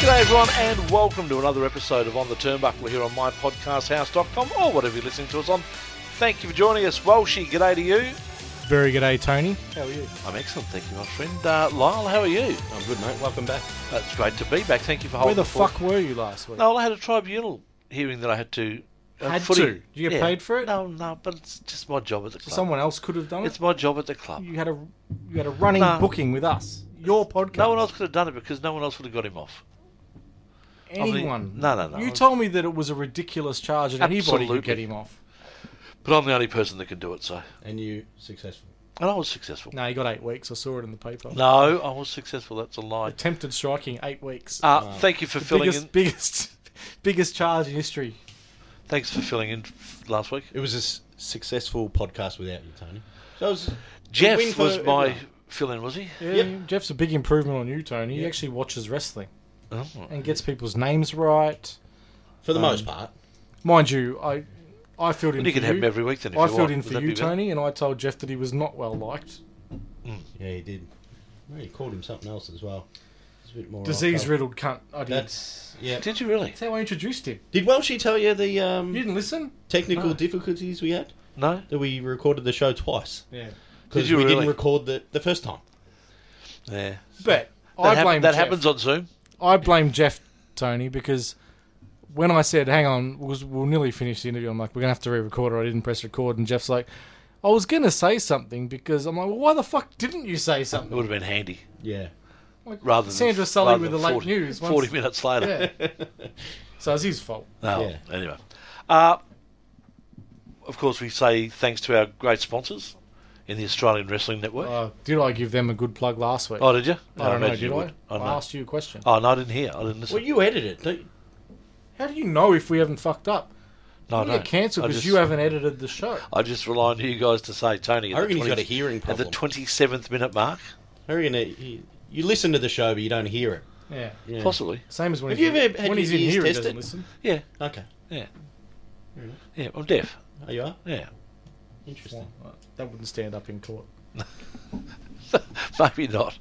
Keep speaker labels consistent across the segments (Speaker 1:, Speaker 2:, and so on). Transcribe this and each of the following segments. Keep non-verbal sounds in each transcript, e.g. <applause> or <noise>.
Speaker 1: G'day, everyone, and welcome to another episode of On the Turnbuckle here on mypodcasthouse.com or whatever you're listening to us on. Thank you for joining us, Walshy. G'day to you.
Speaker 2: Very good day, Tony.
Speaker 1: How are you? I'm excellent, thank you, my friend. Uh, Lyle, how are you?
Speaker 3: I'm good, mate. Welcome back.
Speaker 1: It's great to be back. Thank you for
Speaker 2: Where
Speaker 1: holding
Speaker 2: the
Speaker 1: fort.
Speaker 2: fuck were you last week?
Speaker 1: No, well, I had a tribunal hearing that I had to. Uh,
Speaker 2: Had
Speaker 1: footy-
Speaker 2: to? Did you get paid for it?
Speaker 1: No, no, but it's just my job at the club.
Speaker 2: Someone else could have done it.
Speaker 1: It's my job at the club.
Speaker 2: You had a you had a running
Speaker 1: No.
Speaker 2: booking with us. Your podcast.
Speaker 1: No one else could have done it because no one else would have got him off. the-
Speaker 2: Anyone.
Speaker 1: No, no, no.
Speaker 2: You told me that it was a ridiculous charge and anybody
Speaker 1: Absolutely.
Speaker 2: could get him off.
Speaker 1: But I'm the only person that can do it, so.
Speaker 3: And you successful.
Speaker 1: And I was successful.
Speaker 2: No, he got eight weeks. I saw it in the paper.
Speaker 1: No, I was successful. That's a lie.
Speaker 2: Attempted striking, eight weeks.
Speaker 1: Uh, Thank you for filling
Speaker 2: biggest,
Speaker 1: in.
Speaker 2: biggest, <laughs> biggest charge in history.
Speaker 1: Thanks for filling in f- last week.
Speaker 3: It was a s- successful podcast without you, Tony. So it was
Speaker 1: Jeff
Speaker 3: win for
Speaker 1: was my
Speaker 3: everyone.
Speaker 1: fill in, was he?
Speaker 2: Yeah,
Speaker 3: Yep.
Speaker 2: Jeff's a big improvement on you, Tony. He
Speaker 3: Yeah.
Speaker 2: actually watches wrestling
Speaker 1: Oh.
Speaker 2: and gets people's names right.
Speaker 3: for the most part.
Speaker 2: Mind you, I I filled in
Speaker 1: But you
Speaker 2: for
Speaker 1: can have him
Speaker 2: you.
Speaker 1: every week then if
Speaker 2: I
Speaker 1: you
Speaker 2: filled
Speaker 1: want.
Speaker 2: in
Speaker 1: Would
Speaker 2: for
Speaker 1: that
Speaker 2: you,
Speaker 1: be better?
Speaker 2: Tony, and I told Jeff that he was not well liked.
Speaker 3: Yeah, he did. Well, he called him something else as well. It's a bit more
Speaker 2: Disease
Speaker 3: off-colour.
Speaker 2: riddled cunt. I did. That's...
Speaker 3: That's yeah.
Speaker 1: Did you really?
Speaker 2: how I introduced him.
Speaker 3: Did Welshie tell you the um,
Speaker 2: You didn't listen?
Speaker 3: technical
Speaker 2: No.
Speaker 3: difficulties we had?
Speaker 1: No?
Speaker 3: That we recorded the show twice
Speaker 2: Yeah.
Speaker 1: Did
Speaker 3: because we
Speaker 1: you really?
Speaker 3: didn't record the the first time.
Speaker 1: Yeah.
Speaker 2: But
Speaker 1: That,
Speaker 2: I
Speaker 1: hap-
Speaker 2: blame
Speaker 1: that
Speaker 2: Jeff.
Speaker 1: happens on Zoom.
Speaker 2: I blame Jeff, Tony, because when I said, hang on, we'll, we'll nearly finish the interview, I'm like, we're going to have to re record or I didn't press record. And Jeff's like, I was going to say something because I'm like, well, why the fuck didn't you say
Speaker 1: It <laughs>
Speaker 2: something?
Speaker 1: would have been handy.
Speaker 3: <laughs> Yeah.
Speaker 2: Like,
Speaker 1: Rather than
Speaker 2: Sandra Sully
Speaker 1: rather
Speaker 2: with
Speaker 1: than
Speaker 2: the late
Speaker 1: 40
Speaker 2: news. once-
Speaker 1: 40 minutes later. <laughs>
Speaker 2: Yeah. so it's his fault.
Speaker 1: No,
Speaker 3: Yeah.
Speaker 1: anyway. Uh, of course, we say thanks to our great sponsors in the Australian Wrestling Network.
Speaker 2: Uh, did I give them a good plug last week?
Speaker 1: <laughs> oh, did you?
Speaker 2: I don't know,
Speaker 1: imagine
Speaker 2: did
Speaker 1: you
Speaker 2: I?
Speaker 1: would.
Speaker 2: I,
Speaker 1: don't know.
Speaker 2: asked you a question.
Speaker 1: Oh, no, I didn't hear. I didn't listen.
Speaker 3: Well, you edit it. Don't you?
Speaker 2: How do you know if we haven't fucked up?
Speaker 1: no,
Speaker 2: we
Speaker 1: no.
Speaker 2: get cancelled
Speaker 1: I
Speaker 2: because
Speaker 1: just-
Speaker 2: you haven't edited the show.
Speaker 1: I just rely on you guys to say, Tony. at
Speaker 3: I
Speaker 1: the
Speaker 3: reckon he's
Speaker 1: 20
Speaker 3: got a hearing
Speaker 1: At the
Speaker 3: problem.
Speaker 1: 27th minute mark,
Speaker 3: I reckon it- you, you listen to the show but you don't hear it.
Speaker 2: Yeah.
Speaker 3: Yeah.
Speaker 1: possibly.
Speaker 2: Same as when
Speaker 3: Have
Speaker 2: he's,
Speaker 3: you ever had
Speaker 2: when
Speaker 3: your
Speaker 2: he's in
Speaker 3: ears
Speaker 2: here, he
Speaker 3: tested?
Speaker 2: doesn't listen.
Speaker 1: Yeah,
Speaker 3: Okay.
Speaker 1: yeah.
Speaker 3: Fair enough.
Speaker 1: Yeah, I'm deaf.
Speaker 3: Oh, you are
Speaker 1: Yeah. <laughs>
Speaker 3: interesting.
Speaker 2: That wouldn't stand up in court.
Speaker 1: Maybe not.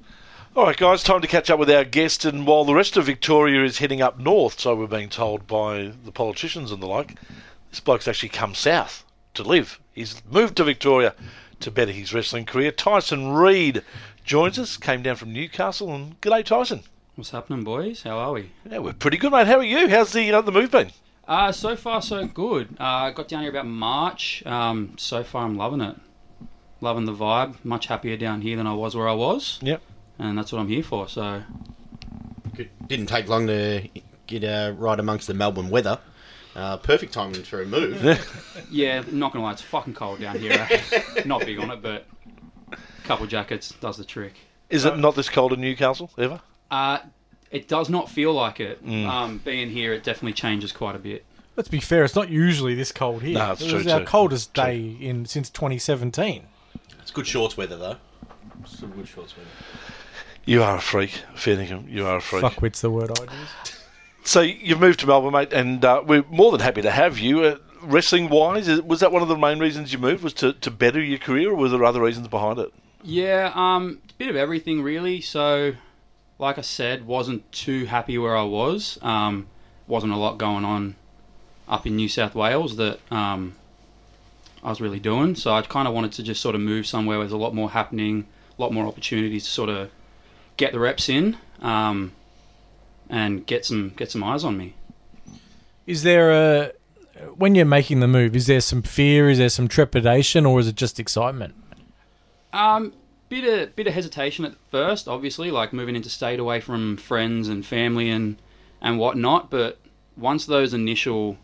Speaker 1: All right, guys, time to catch up with our guest. And while the rest of Victoria is heading up north, so we're being told by the politicians and the like, this bloke's actually come south to live. He's moved to Victoria to better his wrestling career. Tyson Reed joins us, came down from Newcastle. And g'day, Tyson.
Speaker 4: What's happening, boys? How are we?
Speaker 1: Yeah, we're pretty good, mate. How are you? How's the, uh, the move been?
Speaker 4: Uh, so far, so good. Uh, I got down here about March. Um, so far, I'm loving it. Loving the vibe. Much happier down here than I was where I was.
Speaker 1: Yep.
Speaker 4: And that's what I'm here for. So,
Speaker 3: Good. Didn't take long to get uh, right amongst the Melbourne weather. Uh, perfect timing for a move.
Speaker 4: yeah, not going to lie, it's fucking cold down here. <laughs> eh? not big on it, but a couple jackets does the trick.
Speaker 1: Is it not this cold in Newcastle ever?
Speaker 4: Uh, it does not feel like it. Um, being here, it definitely changes quite a bit.
Speaker 2: Let's be fair, it's not usually this cold here.
Speaker 1: No, it's
Speaker 2: it
Speaker 1: true
Speaker 2: was our
Speaker 1: too.
Speaker 2: coldest day in since 2017.
Speaker 3: it's good shorts weather though. It's some good shorts weather.
Speaker 1: You are a freak, Fairningham. You are a freak.
Speaker 2: Fuckwit's the word I use.
Speaker 1: So you've moved to Melbourne, mate, and uh, we're more than happy to have you. Uh, wrestling wise, was that one of the main reasons you moved? Was to, to better your career, or were there other reasons behind it?
Speaker 4: Yeah, um, a bit of everything really. So, like I said, wasn't too happy where I was. Um, wasn't a lot going on up in New South Wales that um, I was really doing. So I kind of wanted to just sort of move somewhere where there's a lot more happening, a lot more opportunities to sort of get the reps in um, and get some get some eyes on me.
Speaker 2: Is there a when you're making the move? Is there some fear? Is there some trepidation, or is it just excitement?
Speaker 4: Um, bit of bit of hesitation at first, obviously, like moving into state away from friends and family and and whatnot. But once those initial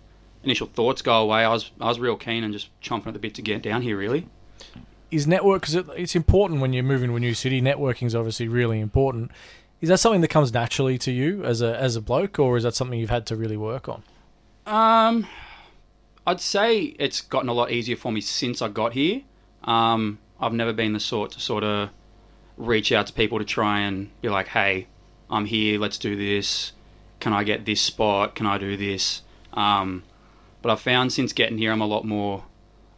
Speaker 4: initial thoughts go away, I was I was real keen and just chomping at the bit to get down here. Really,
Speaker 2: Is network because it, it's important when you're moving to a new city. Networking is obviously really important. Is that something that comes naturally to you as a as a bloke, or is that something you've had to really work on?
Speaker 4: um, I'd say it's gotten a lot easier for me since I got here. Um, I've never been the sort to sort of reach out to people to try and be like, hey, I'm here, let's do this. Can I get this spot? Can I do this? Um, but I've found since getting here, I'm a lot more,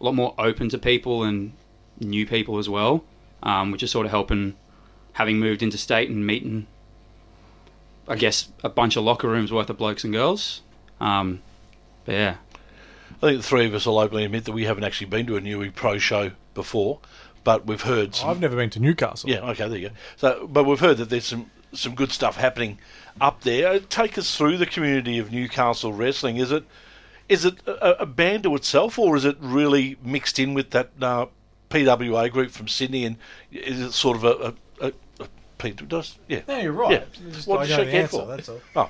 Speaker 4: a lot more open to people and new people as well, um, which is sort of helping having moved into state and meeting I guess, a bunch of locker rooms worth of blokes and girls. Um, but yeah,
Speaker 1: I think the three of us will openly admit that we haven't actually been to a Newey Pro show before, but we've heard some
Speaker 5: I've never been to Newcastle.
Speaker 1: Yeah, okay, there you go. So, but we've heard that there's some some good stuff happening up there. Uh, Take us through the community of Newcastle wrestling. Is it is it a, a band to itself, or is it really mixed in with that uh, PWA group from Sydney? And is it sort of a, a, a, a P- does- yeah?
Speaker 2: No, you're right.
Speaker 1: Yeah.
Speaker 2: Just
Speaker 1: What
Speaker 2: I
Speaker 1: does
Speaker 2: know
Speaker 1: she
Speaker 2: the
Speaker 1: get
Speaker 2: answer,
Speaker 1: for?
Speaker 2: That's all.
Speaker 1: Oh.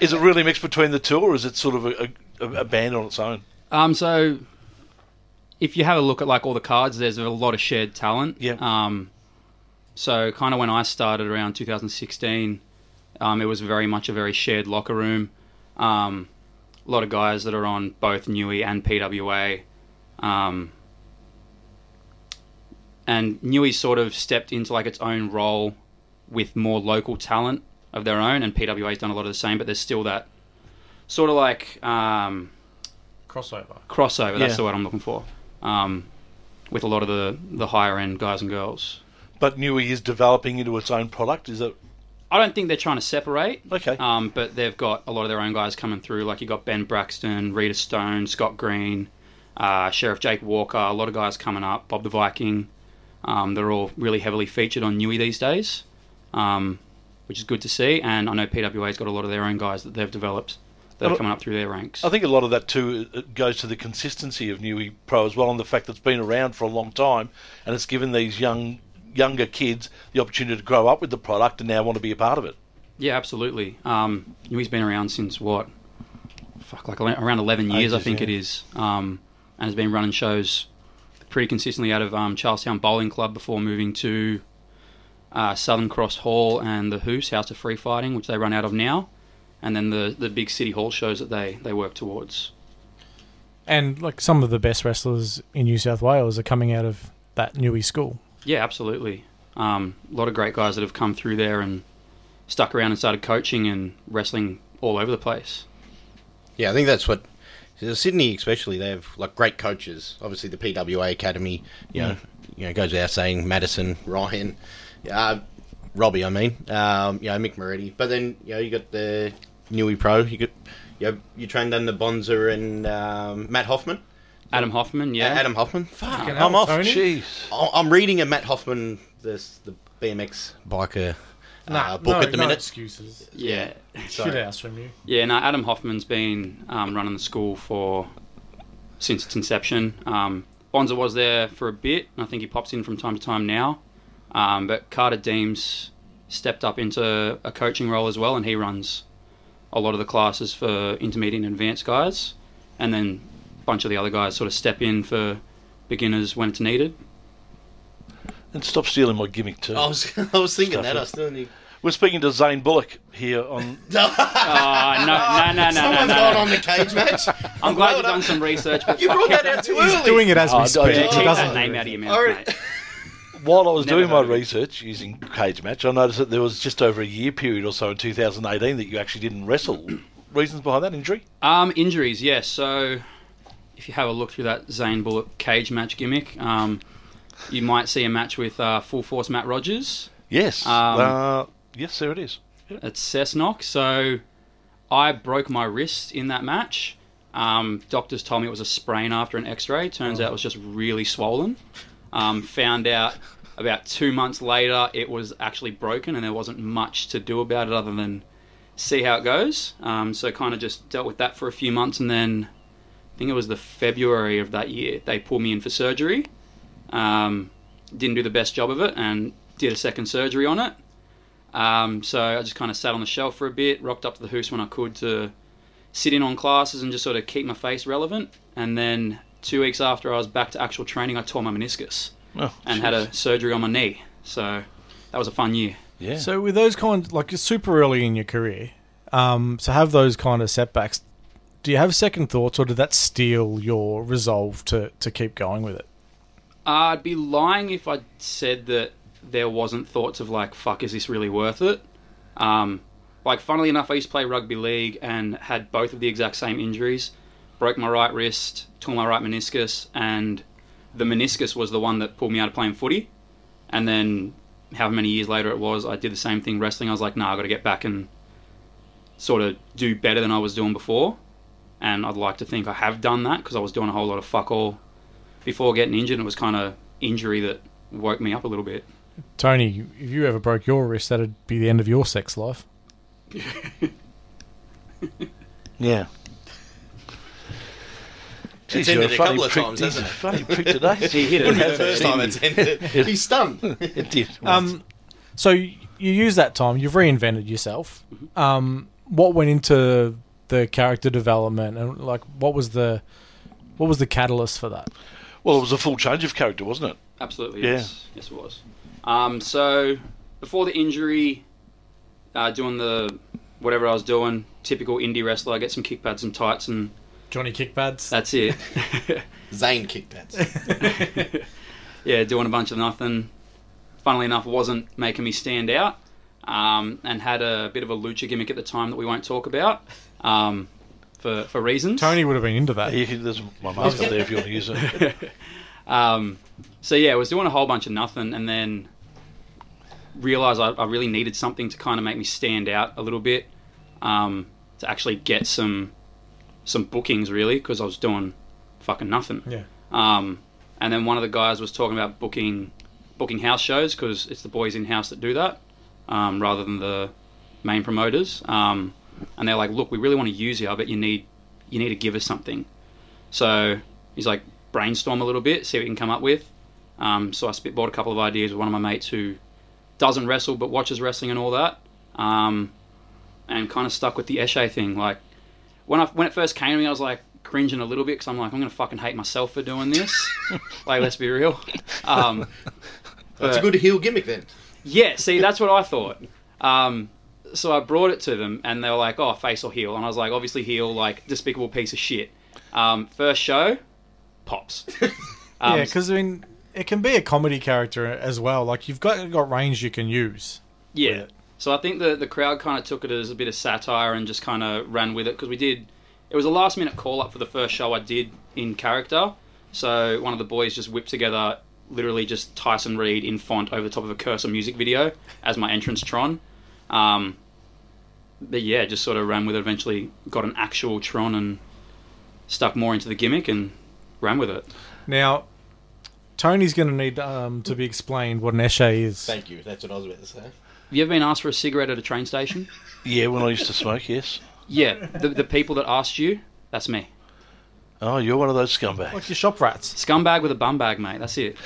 Speaker 1: is it really mixed between the two, or is it sort of a, a, a band on its own?
Speaker 4: Um, so if you have a look at like all the cards, there's a lot of shared talent.
Speaker 1: Yeah.
Speaker 4: Um, so kind of when I started around 2016, um, it was very much a very shared locker room. Um, a lot of guys that are on both Newey and PWA. Um, and Newey sort of stepped into like its own role with more local talent of their own, and PWA's done a lot of the same, but there's still that sort of like um,
Speaker 2: Crossover.
Speaker 4: crossover. That's
Speaker 1: Yeah.
Speaker 4: the word I'm looking for. Um, with a lot of the the higher end guys and girls.
Speaker 1: But Newey is developing into its own product. Is that
Speaker 4: I don't think they're trying to separate.
Speaker 1: okay?
Speaker 4: Um, but they've got a lot of their own guys coming through. Like you got Ben Braxton, Rita Stone, Scott Green, uh, Sheriff Jake Walker. A lot of guys coming up. Bob the Viking. Um, they're all really heavily featured on Newey these days, um, which is good to see. And I know PWA's got a lot of their own guys that they've developed that are
Speaker 1: Well,
Speaker 4: coming up through their ranks.
Speaker 1: I think a lot of that too uh, goes to the consistency of Newey Pro as well, and the fact that it's been around for a long time, and it's given these young younger kids the opportunity to grow up with the product and now want to be a part of it.
Speaker 4: Yeah, absolutely. Um, Nui's been around since what? Fuck, like ele- around 11 years, I
Speaker 1: Ages,
Speaker 4: think it
Speaker 1: yeah.
Speaker 4: is. Um, and has been running shows pretty consistently out of um, Charlestown Bowling Club before moving to uh, Southern Cross Hall and the Hoos, House of Free Fighting, which they run out of now. And then the, the big City Hall shows that they, they work towards.
Speaker 5: And like some of the best wrestlers in New South Wales are coming out of that Newey school.
Speaker 4: Yeah, absolutely. Um, a lot of great guys that have come through there and stuck around and started coaching and wrestling all over the place.
Speaker 3: Yeah, I think that's what Sydney, especially, they have like great coaches. Obviously, the PWA Academy, you know, you know, goes without saying. Madison, Ryan, uh, Robbie, I mean, um, you know, Mick Moretti. But then, you know, you got the Newey Pro. You got, you know, you trained under Bonzer and um, Matt Hoffman.
Speaker 4: Adam Hoffman, yeah.
Speaker 3: Adam Hoffman. Fuck,
Speaker 5: Fucking
Speaker 3: I'm
Speaker 5: hell,
Speaker 3: off.
Speaker 5: Tony.
Speaker 1: Jeez.
Speaker 3: I- I'm reading a Matt Hoffman, this the BMX biker uh,
Speaker 1: Ah,
Speaker 3: book at the minute.
Speaker 2: excuses.
Speaker 4: yeah. <laughs>
Speaker 2: Shit ass from you.
Speaker 4: Yeah, no, Adam Hoffman's been um, running the school for since its inception. Um, Bonza was there for a bit, and I think he pops in from time to time now. Um, but Carter Deems stepped up into a coaching role as well, and he runs a lot of the classes for intermediate and advanced guys, and then a bunch of the other guys sort of step in for beginners when it's needed.
Speaker 3: <laughs>
Speaker 1: And stop stealing my gimmick too.
Speaker 3: I was, <laughs> I was thinking
Speaker 1: Stuff
Speaker 3: that.
Speaker 1: it.
Speaker 3: I still need. <laughs>
Speaker 1: We're speaking to Zane Bullock here on.
Speaker 4: Oh, no, no, no, no, no,
Speaker 3: Someone's
Speaker 4: no,
Speaker 3: gone
Speaker 4: no.
Speaker 3: on the
Speaker 1: <laughs>
Speaker 3: cage match.
Speaker 4: I'm glad you've done some research, but
Speaker 3: You brought that out too early.
Speaker 5: He's doing it as
Speaker 1: Oh,
Speaker 5: we
Speaker 1: I
Speaker 5: speak.
Speaker 1: don't-
Speaker 4: keep
Speaker 5: He
Speaker 4: that
Speaker 5: doesn't.
Speaker 4: name out of your mouth,
Speaker 3: Alright.
Speaker 4: mate.
Speaker 1: While I was
Speaker 4: Never
Speaker 1: doing my
Speaker 4: heard of it.
Speaker 1: research using Cage Match, I noticed that there was just over a year period or so in 2018 that you actually didn't wrestle. Reasons behind that injury?
Speaker 4: Um, injuries, yes. So if you have a look through that Zane Bullet cage match gimmick, um, you might see a match with uh, full force Matt Rogers
Speaker 1: Yes.
Speaker 4: Um,
Speaker 1: uh, yes, there it is.
Speaker 4: at Cessnock. So I broke my wrist in that match. Um, doctors told me it was a sprain after an X-ray. Turns out it was just really swollen. Um, found out about two months later it was actually broken, and there wasn't much to do about it other than see how it goes. Um, so kind of just dealt with that for a few months, and then I think it was the February of that year they pulled me in for surgery. Um, didn't do the best job of it, and did a second surgery on it. Um, so I just kind of sat on the shelf for a bit, rocked up to the hoose when I could to sit in on classes and just sort of keep my face relevant. And then two weeks after I was back to actual training, I tore my meniscus
Speaker 1: Oh,
Speaker 4: and had a surgery on my knee. So that was a fun year.
Speaker 1: yeah.
Speaker 5: So with those kind, like you're super early in your career, um, so have those kind of setbacks. Do you have second thoughts, or did that steal your resolve to to keep going with it?
Speaker 4: I'd be lying if I said that there wasn't thoughts of like, fuck, is this really worth it? Um, like, funnily enough, I used to play rugby league and had both of the exact same injuries. Broke my right wrist, tore my right meniscus, and the meniscus was the one that pulled me out of playing footy. And then however many years later it was, I did the same thing wrestling. I was like, nah, I got to get back and sort of do better than I was doing before. And I'd like to think I have done that because I was doing a whole lot of fuck all before getting injured. And it was kind of injury that woke me up a little bit.
Speaker 5: Tony, if you ever broke your wrist, that'd be the end of your sex life.
Speaker 1: Yeah.
Speaker 3: It's
Speaker 1: Jeez, you're
Speaker 3: ended a couple
Speaker 1: funny
Speaker 3: of
Speaker 1: prick-
Speaker 3: times,
Speaker 1: he's
Speaker 3: hasn't
Speaker 1: a
Speaker 3: it?
Speaker 1: Funny prick <laughs> today. he hit
Speaker 3: Wouldn't be <laughs> the first time it's ended. He's stunned. <laughs>
Speaker 1: It did.
Speaker 5: Um, so you use that time. You've reinvented yourself. Um, what went into the character development, and like, what was the what was the catalyst for that?
Speaker 1: well, it was a full change of character, wasn't it?
Speaker 4: Absolutely,
Speaker 1: Yeah.
Speaker 4: yes. Yes, it was. Um, so, before the injury, uh, doing the whatever I was doing, typical indie wrestler, I get some kick pads and tights, and
Speaker 2: Johnny Kickpads.
Speaker 4: that's it. <laughs>
Speaker 3: Zane kicked that.
Speaker 4: yeah, doing a bunch of nothing. Funnily enough, wasn't making me stand out, um, and had a bit of a lucha gimmick at the time that we won't talk about um, for for reasons.
Speaker 5: Tony would have been into that.
Speaker 1: You can- there's my master there if you want to use it.
Speaker 4: Um, so yeah, I was doing a whole bunch of nothing, and then realized I, I really needed something to kind of make me stand out a little bit, um, to actually get some some bookings really, because I was doing fucking nothing.
Speaker 2: Yeah.
Speaker 4: Um, and then one of the guys was talking about booking booking house shows because it's the boys in house that do that um, rather than the main promoters. Um, and they're like, "Look, we really want to use you, but you need you need to give us something." So he's like, "Brainstorm a little bit, see what you can come up with." Um, so I spitballed a couple of ideas with one of my mates who doesn't wrestle but watches wrestling and all that, um, and kind of stuck with the Eshe thing. Like when I when it first came to me, I was like cringing a little bit because I'm like, I'm gonna fucking hate myself for doing this. like, let's be real. Um,
Speaker 3: That's a good heel gimmick then.
Speaker 4: yeah, see, that's what I thought. Um, so I brought it to them, and they were like, "Oh, face or heel?" And I was like, "Obviously heel, like despicable piece of shit." Um, first show, pops. Um,
Speaker 5: yeah, because I mean, it can be a comedy character as well. Like you've got got range you can use.
Speaker 4: Yeah. So I think the the crowd kind of took it as a bit of satire and just kind of ran with it because we did. It was a last minute call up for the first show I did in character. So one of the boys just whipped together literally just Tyson Reed in font over the top of a cursor music video as my entrance Tron. Um, but yeah, just sort of ran with it. Eventually got an actual Tron and stuck more into the gimmick and ran with it.
Speaker 5: Now, Tony's going to need um, to be explained what an esche is.
Speaker 3: Thank you. That's what I was about to say.
Speaker 4: Have you ever been asked for a cigarette at a train station?
Speaker 1: <laughs> Yeah, when I used to smoke, yes.
Speaker 4: Yeah, the, the people that asked you, that's me.
Speaker 1: Oh, you're one of those scumbags.
Speaker 5: Like your shop rats.
Speaker 4: Scumbag with a bum bag, mate. That's it.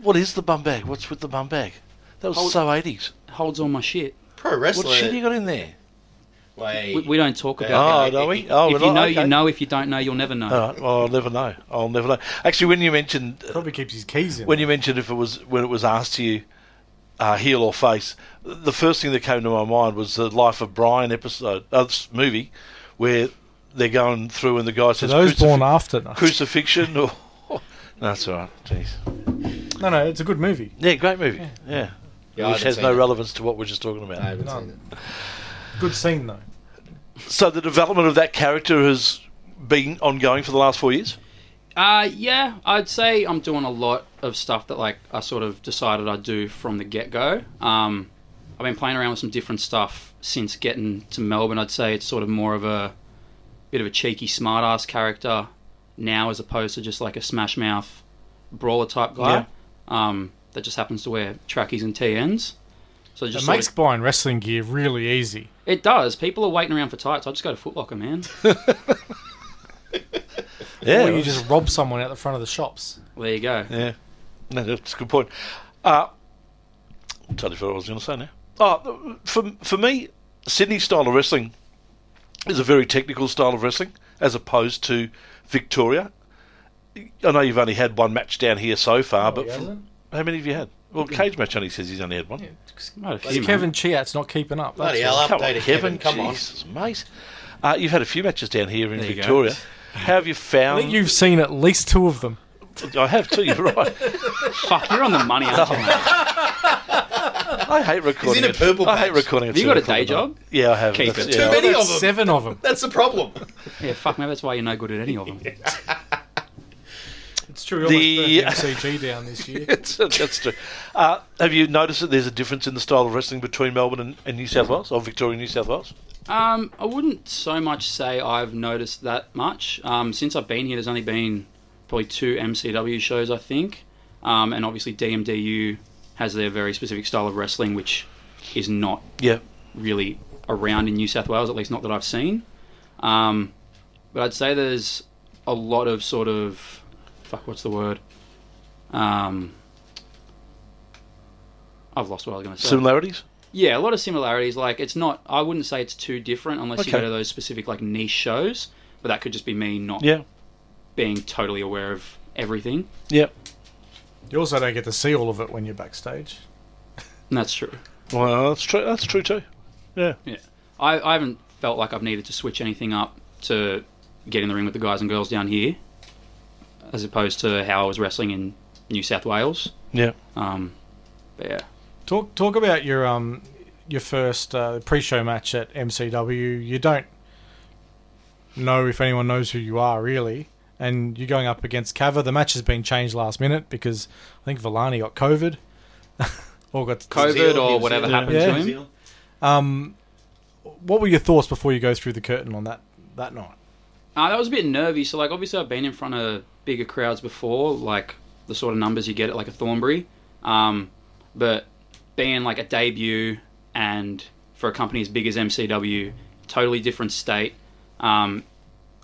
Speaker 1: What is the bum bag? What's with the bum bag? That was
Speaker 4: Hold-
Speaker 1: so 80s.
Speaker 4: Holds all my shit.
Speaker 3: Pro
Speaker 1: What shit you
Speaker 3: wrestler.
Speaker 1: got in there?
Speaker 3: Wait.
Speaker 4: We, we don't talk about.
Speaker 3: Yeah.
Speaker 1: Oh, no, we? Oh,
Speaker 4: it.
Speaker 1: we're
Speaker 4: If you
Speaker 1: not-
Speaker 4: know,
Speaker 1: okay.
Speaker 4: you know. If you don't know, you'll never know.
Speaker 1: All right. Well, I'll never know. I'll never know. Actually, when you mentioned
Speaker 5: Probably keeps his keys in.
Speaker 1: when you mentioned if it was when it was asked to you, uh, heel or face, the first thing that came to my mind was the Life of Brian episode uh, s- movie, where they're going through and the guy
Speaker 5: to
Speaker 1: says
Speaker 5: those
Speaker 1: "Crucif-
Speaker 5: born after.
Speaker 1: crucifixion or. <laughs> No, that's all right. Jeez.
Speaker 5: No, no, it's a good movie.
Speaker 1: Yeah, great movie. Yeah, which
Speaker 3: Yeah, I haven't
Speaker 1: has
Speaker 3: seen
Speaker 1: no
Speaker 3: it.
Speaker 1: relevance to what we're just talking
Speaker 3: I
Speaker 1: about.
Speaker 3: haven't
Speaker 5: No.
Speaker 3: seen it.
Speaker 5: Um, Good scene though.
Speaker 1: So the development of that character has been ongoing for the last four years.
Speaker 4: Uh, yeah, I'd say I'm doing a lot of stuff that like I sort of decided I'd do from the get go. Um, I've been playing around with some different stuff since getting to Melbourne. I'd say it's sort of more of a bit of a cheeky smartass character now, as opposed to just like a smash mouth brawler type guy um, that just happens to wear trackies and TNs. So just
Speaker 5: It
Speaker 4: sort
Speaker 5: makes
Speaker 4: of-
Speaker 5: buying wrestling gear really easy.
Speaker 4: It does. People are waiting around for tights. I just go to Foot Locker, man.
Speaker 1: Yeah,
Speaker 5: or you just rob someone out the front of the shops.
Speaker 4: Well, there you go.
Speaker 1: Yeah, no, that's a good point. Uh, I'll tell you what I was going to say now. Oh, for for me, Sydney style of wrestling is a very technical style of wrestling, as opposed to Victoria. I know you've only had one match down here so
Speaker 4: Oh,
Speaker 1: far, but from- how many have you had? Well, Cage match only says he's only had one.
Speaker 4: Not a few,
Speaker 5: Because
Speaker 4: man.
Speaker 5: Kevin Chiat's not keeping up. That's
Speaker 3: Bloody
Speaker 5: all.
Speaker 3: hell, updated Kevin. Come on.
Speaker 1: Jesus, mate. Uh, you've had a few matches down here in
Speaker 4: There you go.
Speaker 1: Victoria. How have you
Speaker 5: I think
Speaker 1: found?
Speaker 5: you've seen at least two of them.
Speaker 1: I have too. You're right.
Speaker 4: Fuck, you're on the money, aren't you? mate?
Speaker 1: I hate recording.
Speaker 3: in a
Speaker 1: it.
Speaker 3: purple
Speaker 1: I hate
Speaker 3: patch.
Speaker 1: recording.
Speaker 4: Have you got a day job?
Speaker 1: Yeah, I have.
Speaker 4: Keep
Speaker 1: That's-
Speaker 4: it.
Speaker 1: yeah.
Speaker 3: Too many
Speaker 5: That's
Speaker 3: of them.
Speaker 5: seven of them.
Speaker 3: That's the problem.
Speaker 4: Yeah, fuck, maybe that's why you're no good at any of them.
Speaker 2: It's true. We
Speaker 1: The-
Speaker 2: almost burned MCG down this year.
Speaker 1: It's- <laughs> that's true. Uh, have you noticed that there's a difference in the style of wrestling between Melbourne and, and New South Wales, or Victoria and New South Wales?
Speaker 4: Um, I wouldn't so much say I've noticed that much. Um, since I've been here, there's only been probably two MCW shows, I think. Um, and obviously, DMDU has their very specific style of wrestling, which is not
Speaker 1: Yeah.
Speaker 4: really around in New South Wales, at least not that I've seen. Um, but I'd say there's a lot of sort of fuck, what's the word? Um, I've lost what I was going to say.
Speaker 1: Similarities?
Speaker 4: Yeah, a lot of similarities. Like it's not. I wouldn't say it's too different unless you
Speaker 1: Okay.
Speaker 4: go to those specific like niche shows. But that could just be me not
Speaker 1: Yeah.
Speaker 4: being totally aware of everything.
Speaker 1: Yeah.
Speaker 2: You also don't get to see all of it when you're backstage.
Speaker 4: And that's true.
Speaker 1: Well, that's true. That's true too. Yeah.
Speaker 4: I, I haven't felt like I've needed to switch anything up to get in the ring with the guys and girls down here, as opposed to how I was wrestling in New South Wales.
Speaker 1: Yeah.
Speaker 4: Um, but yeah,
Speaker 2: Talk talk about your um your first uh, pre-show match at MCW. You don't know if anyone knows who you are really, and you're going up against Cava. The match has been changed last minute because I think Villani got COVID <laughs> or got
Speaker 4: COVID or whatever happened
Speaker 2: Yeah.
Speaker 4: to him.
Speaker 2: Um, what were your thoughts before you go through the curtain on that that night?
Speaker 4: Uh, that was a bit nervy. So, like, obviously, I've been in front of bigger crowds before, like the sort of numbers you get at like a Thornbury. Um, but being like a debut and for a company as big as MCW, totally different state. Um,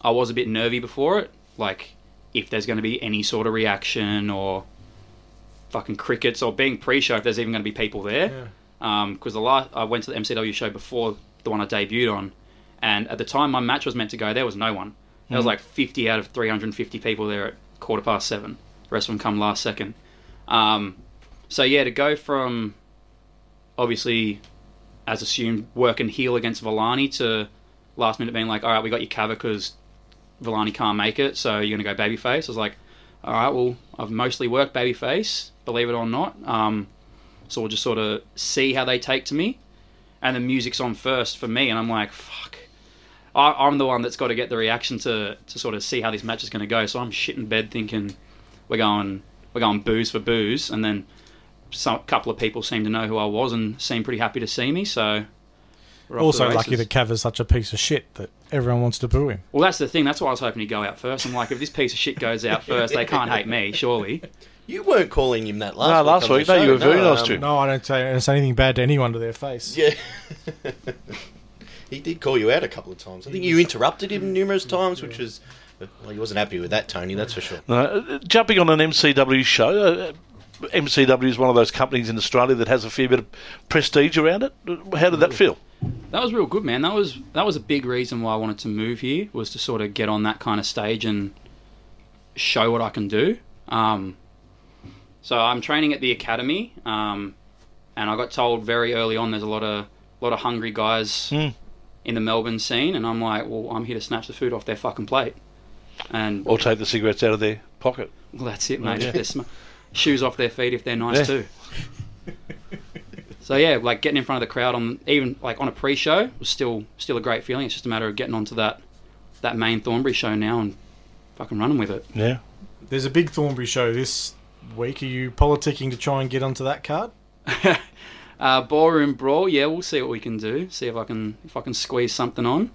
Speaker 4: I was a bit nervy before it, like if there's going to be any sort of reaction or fucking crickets or being pre-show if there's even going to be people there. because the last I went to the MCW show before the one I debuted on, and at the time my match was meant to go, there was no one. There was like 50 out of 350 people there at quarter past seven. The rest of them come last second. Um, so yeah, to go from obviously, as assumed, working heel against Villani to last minute being like, all right, we got you covered because Villani can't make it, so you're gonna go babyface. I was like, all right, well, I've mostly worked babyface, believe it or not. Um, so we'll just sort of see how they take to me. And the music's on first for me, and I'm like, fuck. I, I'm the one that's got to get the reaction to, to sort of see how this match is going to go. So I'm shit in bed thinking we're going we're going booze for booze, and then some couple of people seem to know who I was and seem pretty happy to see me. So we're off to
Speaker 2: Also
Speaker 4: the
Speaker 2: lucky
Speaker 4: races.
Speaker 2: that Cava's such a piece of shit that everyone wants to boo him.
Speaker 4: Well, that's the thing. That's why I was hoping he'd go out first. I'm like, if this piece of shit goes
Speaker 1: <laughs>
Speaker 4: out first, they can't hate me, surely.
Speaker 3: You weren't calling him that last
Speaker 1: No,
Speaker 3: week.
Speaker 1: last
Speaker 3: on the
Speaker 1: week. No,
Speaker 3: show.
Speaker 1: you were very nice
Speaker 3: um,
Speaker 1: to him.
Speaker 2: No, I don't say, I don't say anything bad to anyone to their face.
Speaker 3: Yeah. <laughs> he did call you out a couple of times. I think you interrupted him numerous times, which was. Well, he wasn't happy with that, Tony, that's for sure.
Speaker 1: No, uh, jumping on an MCW show, uh, uh, MCW is one of those companies in Australia that has a fair bit of prestige around it. Uh, How did that feel?
Speaker 4: That was real good, man. That was that was a big reason why I wanted to move here was to sort of get on that kind of stage and show what I can do. Um, so I'm training at the academy, um, and I got told very early on there's a lot of lot of hungry guys
Speaker 1: Hmm.
Speaker 4: in the Melbourne scene, and I'm like, well, I'm here to snatch the food off their fucking plate, and
Speaker 1: Or take the cigarettes out of their pocket?
Speaker 4: well, that's it, mate.
Speaker 1: Yeah.
Speaker 4: They're sm- shoes off their feet if they're nice
Speaker 1: Yeah.
Speaker 4: too. so yeah, like getting in front of the crowd on even like on a pre-show was still still a great feeling. It's just a matter of getting onto that that main Thornbury show now and fucking running with it.
Speaker 1: Yeah.
Speaker 2: There's a big Thornbury show this week. Are you politicking to try and get onto that card?
Speaker 4: Uh, ballroom brawl, yeah, we'll see what we can do. See if I can if I can squeeze something on.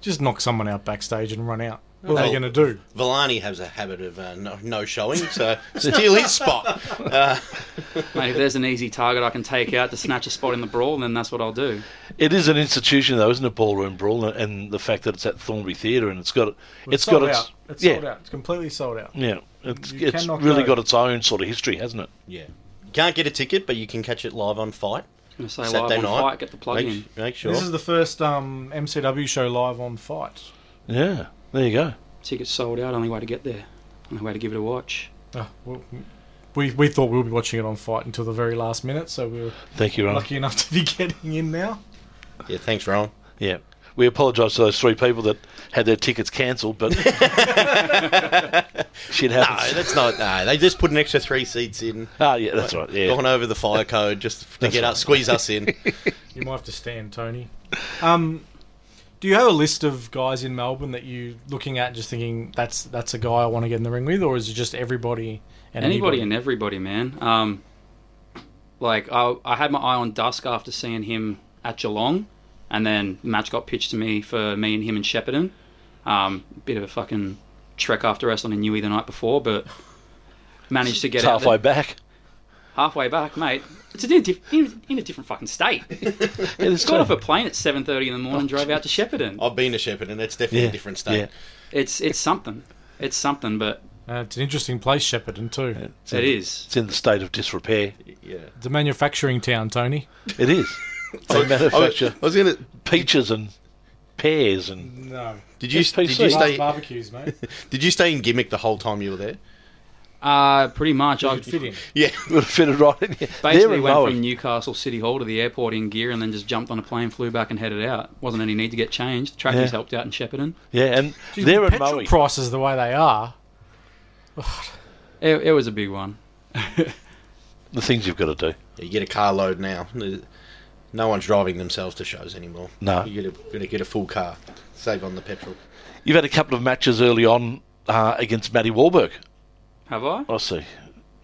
Speaker 2: Just knock someone out backstage and run out. What are
Speaker 3: No.
Speaker 2: they going to do?
Speaker 3: Villani has a habit of uh, no, no showing, so steal his spot. Uh,
Speaker 4: Mate, if there's an easy target I can take out to snatch a spot in the brawl, then that's what I'll do.
Speaker 1: It is an institution, though, isn't it? Ballroom Brawl, and- and the fact that it's at Thornbury Theatre and it's got it's got
Speaker 2: sold
Speaker 1: its
Speaker 2: out. It's
Speaker 1: yeah
Speaker 2: sold out. It's completely sold out.
Speaker 1: yeah it's,
Speaker 2: You
Speaker 1: it's
Speaker 2: cannot
Speaker 1: really
Speaker 2: go.
Speaker 1: got its own sort of history, hasn't it?
Speaker 3: yeah. Can't get a ticket, but you can catch it live on Fight.
Speaker 4: I'm gonna say live
Speaker 3: Saturday
Speaker 4: on
Speaker 3: night.
Speaker 4: fight, get the plug in.
Speaker 3: make, make sure.
Speaker 2: This is the first um, MCW show live on Fight.
Speaker 1: Yeah, there you go.
Speaker 4: Tickets sold out. Only way to get there. Only way to give it a watch.
Speaker 1: Ah.
Speaker 2: Oh, well, we, we thought we would be watching it on Fight until the very last minute, so we were
Speaker 1: Thank you, Ron.
Speaker 2: lucky enough to be <laughs> getting in now.
Speaker 3: Yeah, thanks, Ron.
Speaker 1: Yeah, we apologise to those three people that had their tickets cancelled,
Speaker 4: <laughs>
Speaker 1: but shit
Speaker 3: No,
Speaker 1: happens.
Speaker 3: that's not. No, they just put an extra three seats in,
Speaker 1: Ah, yeah, that's right. Yeah,
Speaker 3: gone over the fire code just to
Speaker 1: That's
Speaker 3: get us, squeeze us in.
Speaker 1: <laughs>
Speaker 2: You might have to stand, Tony. Um, Do you have a list of guys in Melbourne that you looking at, and just thinking that's that's a guy I want to get in the ring with, or is it just everybody and
Speaker 4: Anybody and everybody, man. Um, like I, I had my eye on Dusk after seeing him at Geelong, and then the match got pitched to me for me and him in Shepparton. Um, bit of a fucking trek after wrestling in Newey the night before, but managed to get
Speaker 1: It's
Speaker 4: out
Speaker 1: halfway
Speaker 4: there-
Speaker 1: back.
Speaker 4: halfway back, mate. It's in a, diff- in, in a different fucking state.
Speaker 1: Yeah, it's
Speaker 4: Got off a plane at seven thirty in the morning, drove out to Shepparton.
Speaker 3: I've been to Shepherd, and that's definitely
Speaker 1: Yeah,
Speaker 3: a different state.
Speaker 1: yeah.
Speaker 4: It's it's something. It's something, but
Speaker 2: Uh, it's an interesting place, Shepparton too.
Speaker 1: It's
Speaker 4: it
Speaker 1: in,
Speaker 4: is.
Speaker 1: It's in the state of disrepair.
Speaker 2: It's a manufacturing town, Tony.
Speaker 1: It
Speaker 4: <laughs>
Speaker 1: is.
Speaker 4: Oh,
Speaker 1: They
Speaker 3: I was, I
Speaker 1: manufacture
Speaker 3: was gonna.
Speaker 1: peaches and pears and
Speaker 2: No,
Speaker 3: Did you
Speaker 1: SPC.
Speaker 3: did you stay
Speaker 2: barbecues, mate.
Speaker 3: <laughs> did you stay in gimmick the whole time you were there?
Speaker 4: Uh, pretty much. I
Speaker 2: You'd fit in.
Speaker 3: <laughs> Yeah.
Speaker 1: would have fitted right in here. There
Speaker 4: basically
Speaker 1: and
Speaker 4: went
Speaker 1: Moe.
Speaker 4: from Newcastle City Hall to the airport in gear, and then just jumped on a plane, flew back, and headed out. Wasn't any need to get changed. Trackies
Speaker 1: Yeah.
Speaker 4: helped out in Shepparton.
Speaker 1: Yeah, and
Speaker 2: Dude,
Speaker 1: there and
Speaker 2: petrol
Speaker 1: Moe.
Speaker 2: prices the way they are.
Speaker 4: It, it was a big one.
Speaker 1: the things you've got to do.
Speaker 3: You get a carload now. No one's driving themselves to shows anymore.
Speaker 1: No.
Speaker 3: You're gonna get a full car. Save on the petrol.
Speaker 1: You've had a couple of matches early on uh, against Matty Wahlberg.
Speaker 4: Have I?
Speaker 1: I see.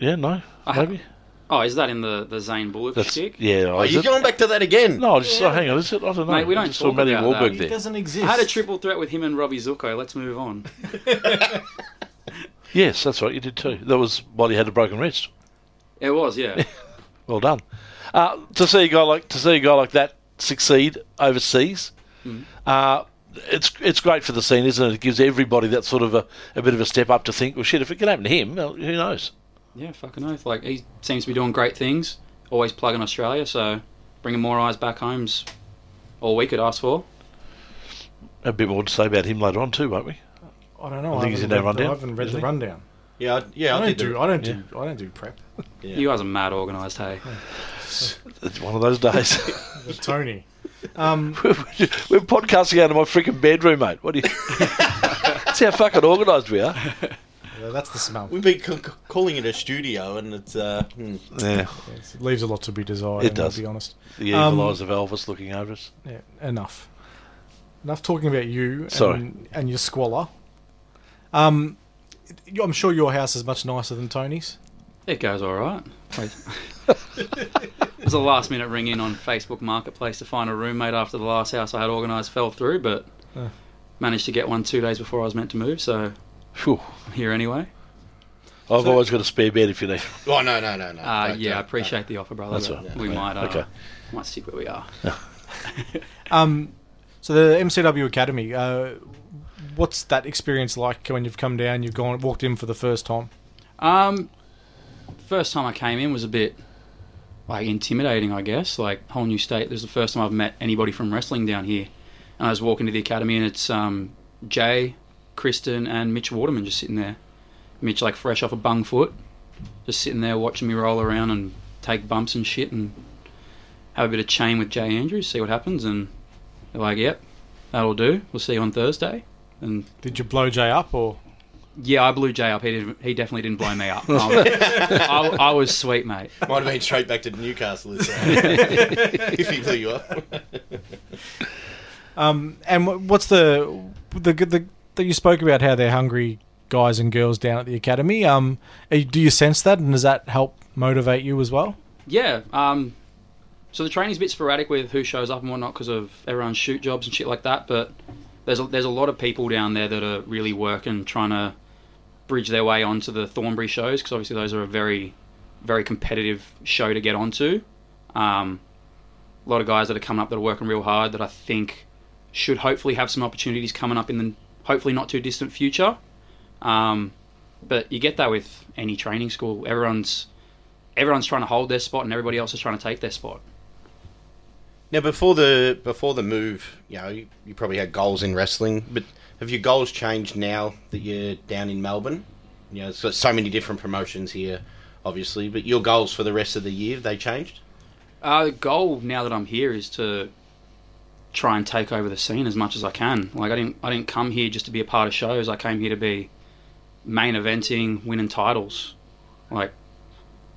Speaker 1: Yeah, no,
Speaker 4: I ha-
Speaker 1: maybe.
Speaker 4: Oh, is that in the the Zane Bullock
Speaker 1: That's
Speaker 4: gig?
Speaker 1: yeah.
Speaker 3: Are
Speaker 1: is
Speaker 3: you
Speaker 1: it?
Speaker 3: going back to that again?
Speaker 1: No, I just oh, hang on. Is it? I don't know.
Speaker 4: Mate, we
Speaker 1: I
Speaker 4: don't
Speaker 1: just saw
Speaker 4: talk
Speaker 1: Matty
Speaker 4: about
Speaker 1: Wahlberg
Speaker 4: that.
Speaker 1: there.
Speaker 2: doesn't exist.
Speaker 4: I had a triple threat with him and Robbie Zucco. Let's move on.
Speaker 1: Yes, that's right. You did too. That was while he had a broken wrist.
Speaker 4: It
Speaker 1: <laughs>
Speaker 4: was, yeah.
Speaker 1: Well done. Uh, to see a guy like to see a guy like that succeed overseas,
Speaker 4: Mm.
Speaker 1: uh, it's it's great for the scene, isn't it? It gives everybody that sort of a, a bit of a step up to think, well, shit, if it can happen to him, well, who knows?
Speaker 4: yeah, fucking oath. Like he seems to be doing great things. Always plugging Australia, so bringing more eyes back home's all we could ask for.
Speaker 1: A bit more to say about him later on too, won't we?
Speaker 2: I don't know.
Speaker 1: I
Speaker 2: I,
Speaker 1: think he's
Speaker 2: haven't
Speaker 1: in our
Speaker 2: read
Speaker 1: rundown,
Speaker 2: the- I haven't read
Speaker 1: isn't
Speaker 2: the
Speaker 1: he?
Speaker 2: rundown.
Speaker 3: Yeah, I, yeah, I,
Speaker 2: I don't
Speaker 3: did
Speaker 2: do. I don't do. I don't do prep.
Speaker 3: Yeah.
Speaker 4: You guys are mad organised, hey.
Speaker 1: It's one of those days. <laughs>
Speaker 2: Tony. Um,
Speaker 1: We're podcasting out of my freaking bedroom, mate. What do you? <laughs> That's how fucking organised we are.
Speaker 2: that's the smell.
Speaker 3: We've been c- c- calling it a studio, and it's uh, hmm.
Speaker 1: Yeah,
Speaker 2: It leaves a lot to be desired.
Speaker 1: It
Speaker 2: It does.
Speaker 1: does.
Speaker 2: To be honest.
Speaker 1: the evil
Speaker 2: Um,
Speaker 1: eyes of Elvis looking over us.
Speaker 2: Yeah, enough. Enough talking about you and,
Speaker 1: Sorry.
Speaker 2: and your squalor. Um, you- I'm sure your house is much nicer than Tony's.
Speaker 4: It goes all right. Wait. <laughs> it was a last minute ring in on Facebook Marketplace to find a roommate after the last house I had organised fell through, but
Speaker 2: Oh.
Speaker 4: managed to get one two days before I was meant to move, so
Speaker 1: Phew.
Speaker 4: I'm here anyway.
Speaker 1: I've always got a spare bed if you need.
Speaker 3: oh no, no, no, no.
Speaker 4: Uh,
Speaker 3: Don't-
Speaker 4: yeah, I
Speaker 3: don't-
Speaker 4: appreciate the offer, brother.
Speaker 1: That's
Speaker 4: but
Speaker 1: all right.
Speaker 4: We
Speaker 1: Yeah.
Speaker 4: might, uh,
Speaker 1: Okay.
Speaker 4: might stick where we are.
Speaker 2: Um, so the MCW Academy. Uh, what's that experience like when you've come down? You've gone walked in for the first time.
Speaker 4: Um, first time I came in was a bit like intimidating, I guess. Like whole new state. This is the first time I've met anybody from wrestling down here, and I was walking to the academy, and it's um Jay, Kristen, and Mitch Waterman just sitting there. Mitch like fresh off a bung foot, just sitting there watching me roll around and take bumps and shit, and have a bit of chain with Jay Andrews, see what happens, and they're like, "Yep, that'll do. We'll see you on Thursday." And
Speaker 2: Did you blow Jay up or?
Speaker 4: yeah, I blew Jay up. He didn't, he definitely didn't blow me up. Um, I, I was sweet, mate.
Speaker 3: <laughs> Might have been straight back to Newcastle
Speaker 4: <laughs>
Speaker 3: this time. <laughs> if he blew you up. <laughs>
Speaker 2: Um, and wh- what's the the the that you spoke about how they're hungry guys and girls down at the academy? Um, are you- do you sense that, and does that help motivate you as well?
Speaker 4: Yeah. Um, so the training's a bit sporadic with who shows up and whatnot because of everyone's shoot jobs and shit like that. But there's a, there's a lot of people down there that are really working, trying to bridge their way onto the Thornbury shows because obviously those are a very, very competitive show to get onto. Um, a lot of guys that are coming up that are working real hard that I think should hopefully have some opportunities coming up in the hopefully not too distant future. Um, but you get that with any training school. Everyone's everyone's trying to hold their spot and everybody else is trying to take their spot.
Speaker 3: Now, before the before the move, you know, you, you probably had goals in wrestling, but have your goals changed now that you're down in Melbourne? You know, so, so many different promotions here, obviously, but your goals for the rest of the year they changed.
Speaker 4: Uh, the goal now that I'm here is to try and take over the scene as much as I can. Like I didn't I didn't come here just to be a part of shows. I came here to be main eventing, winning titles. Like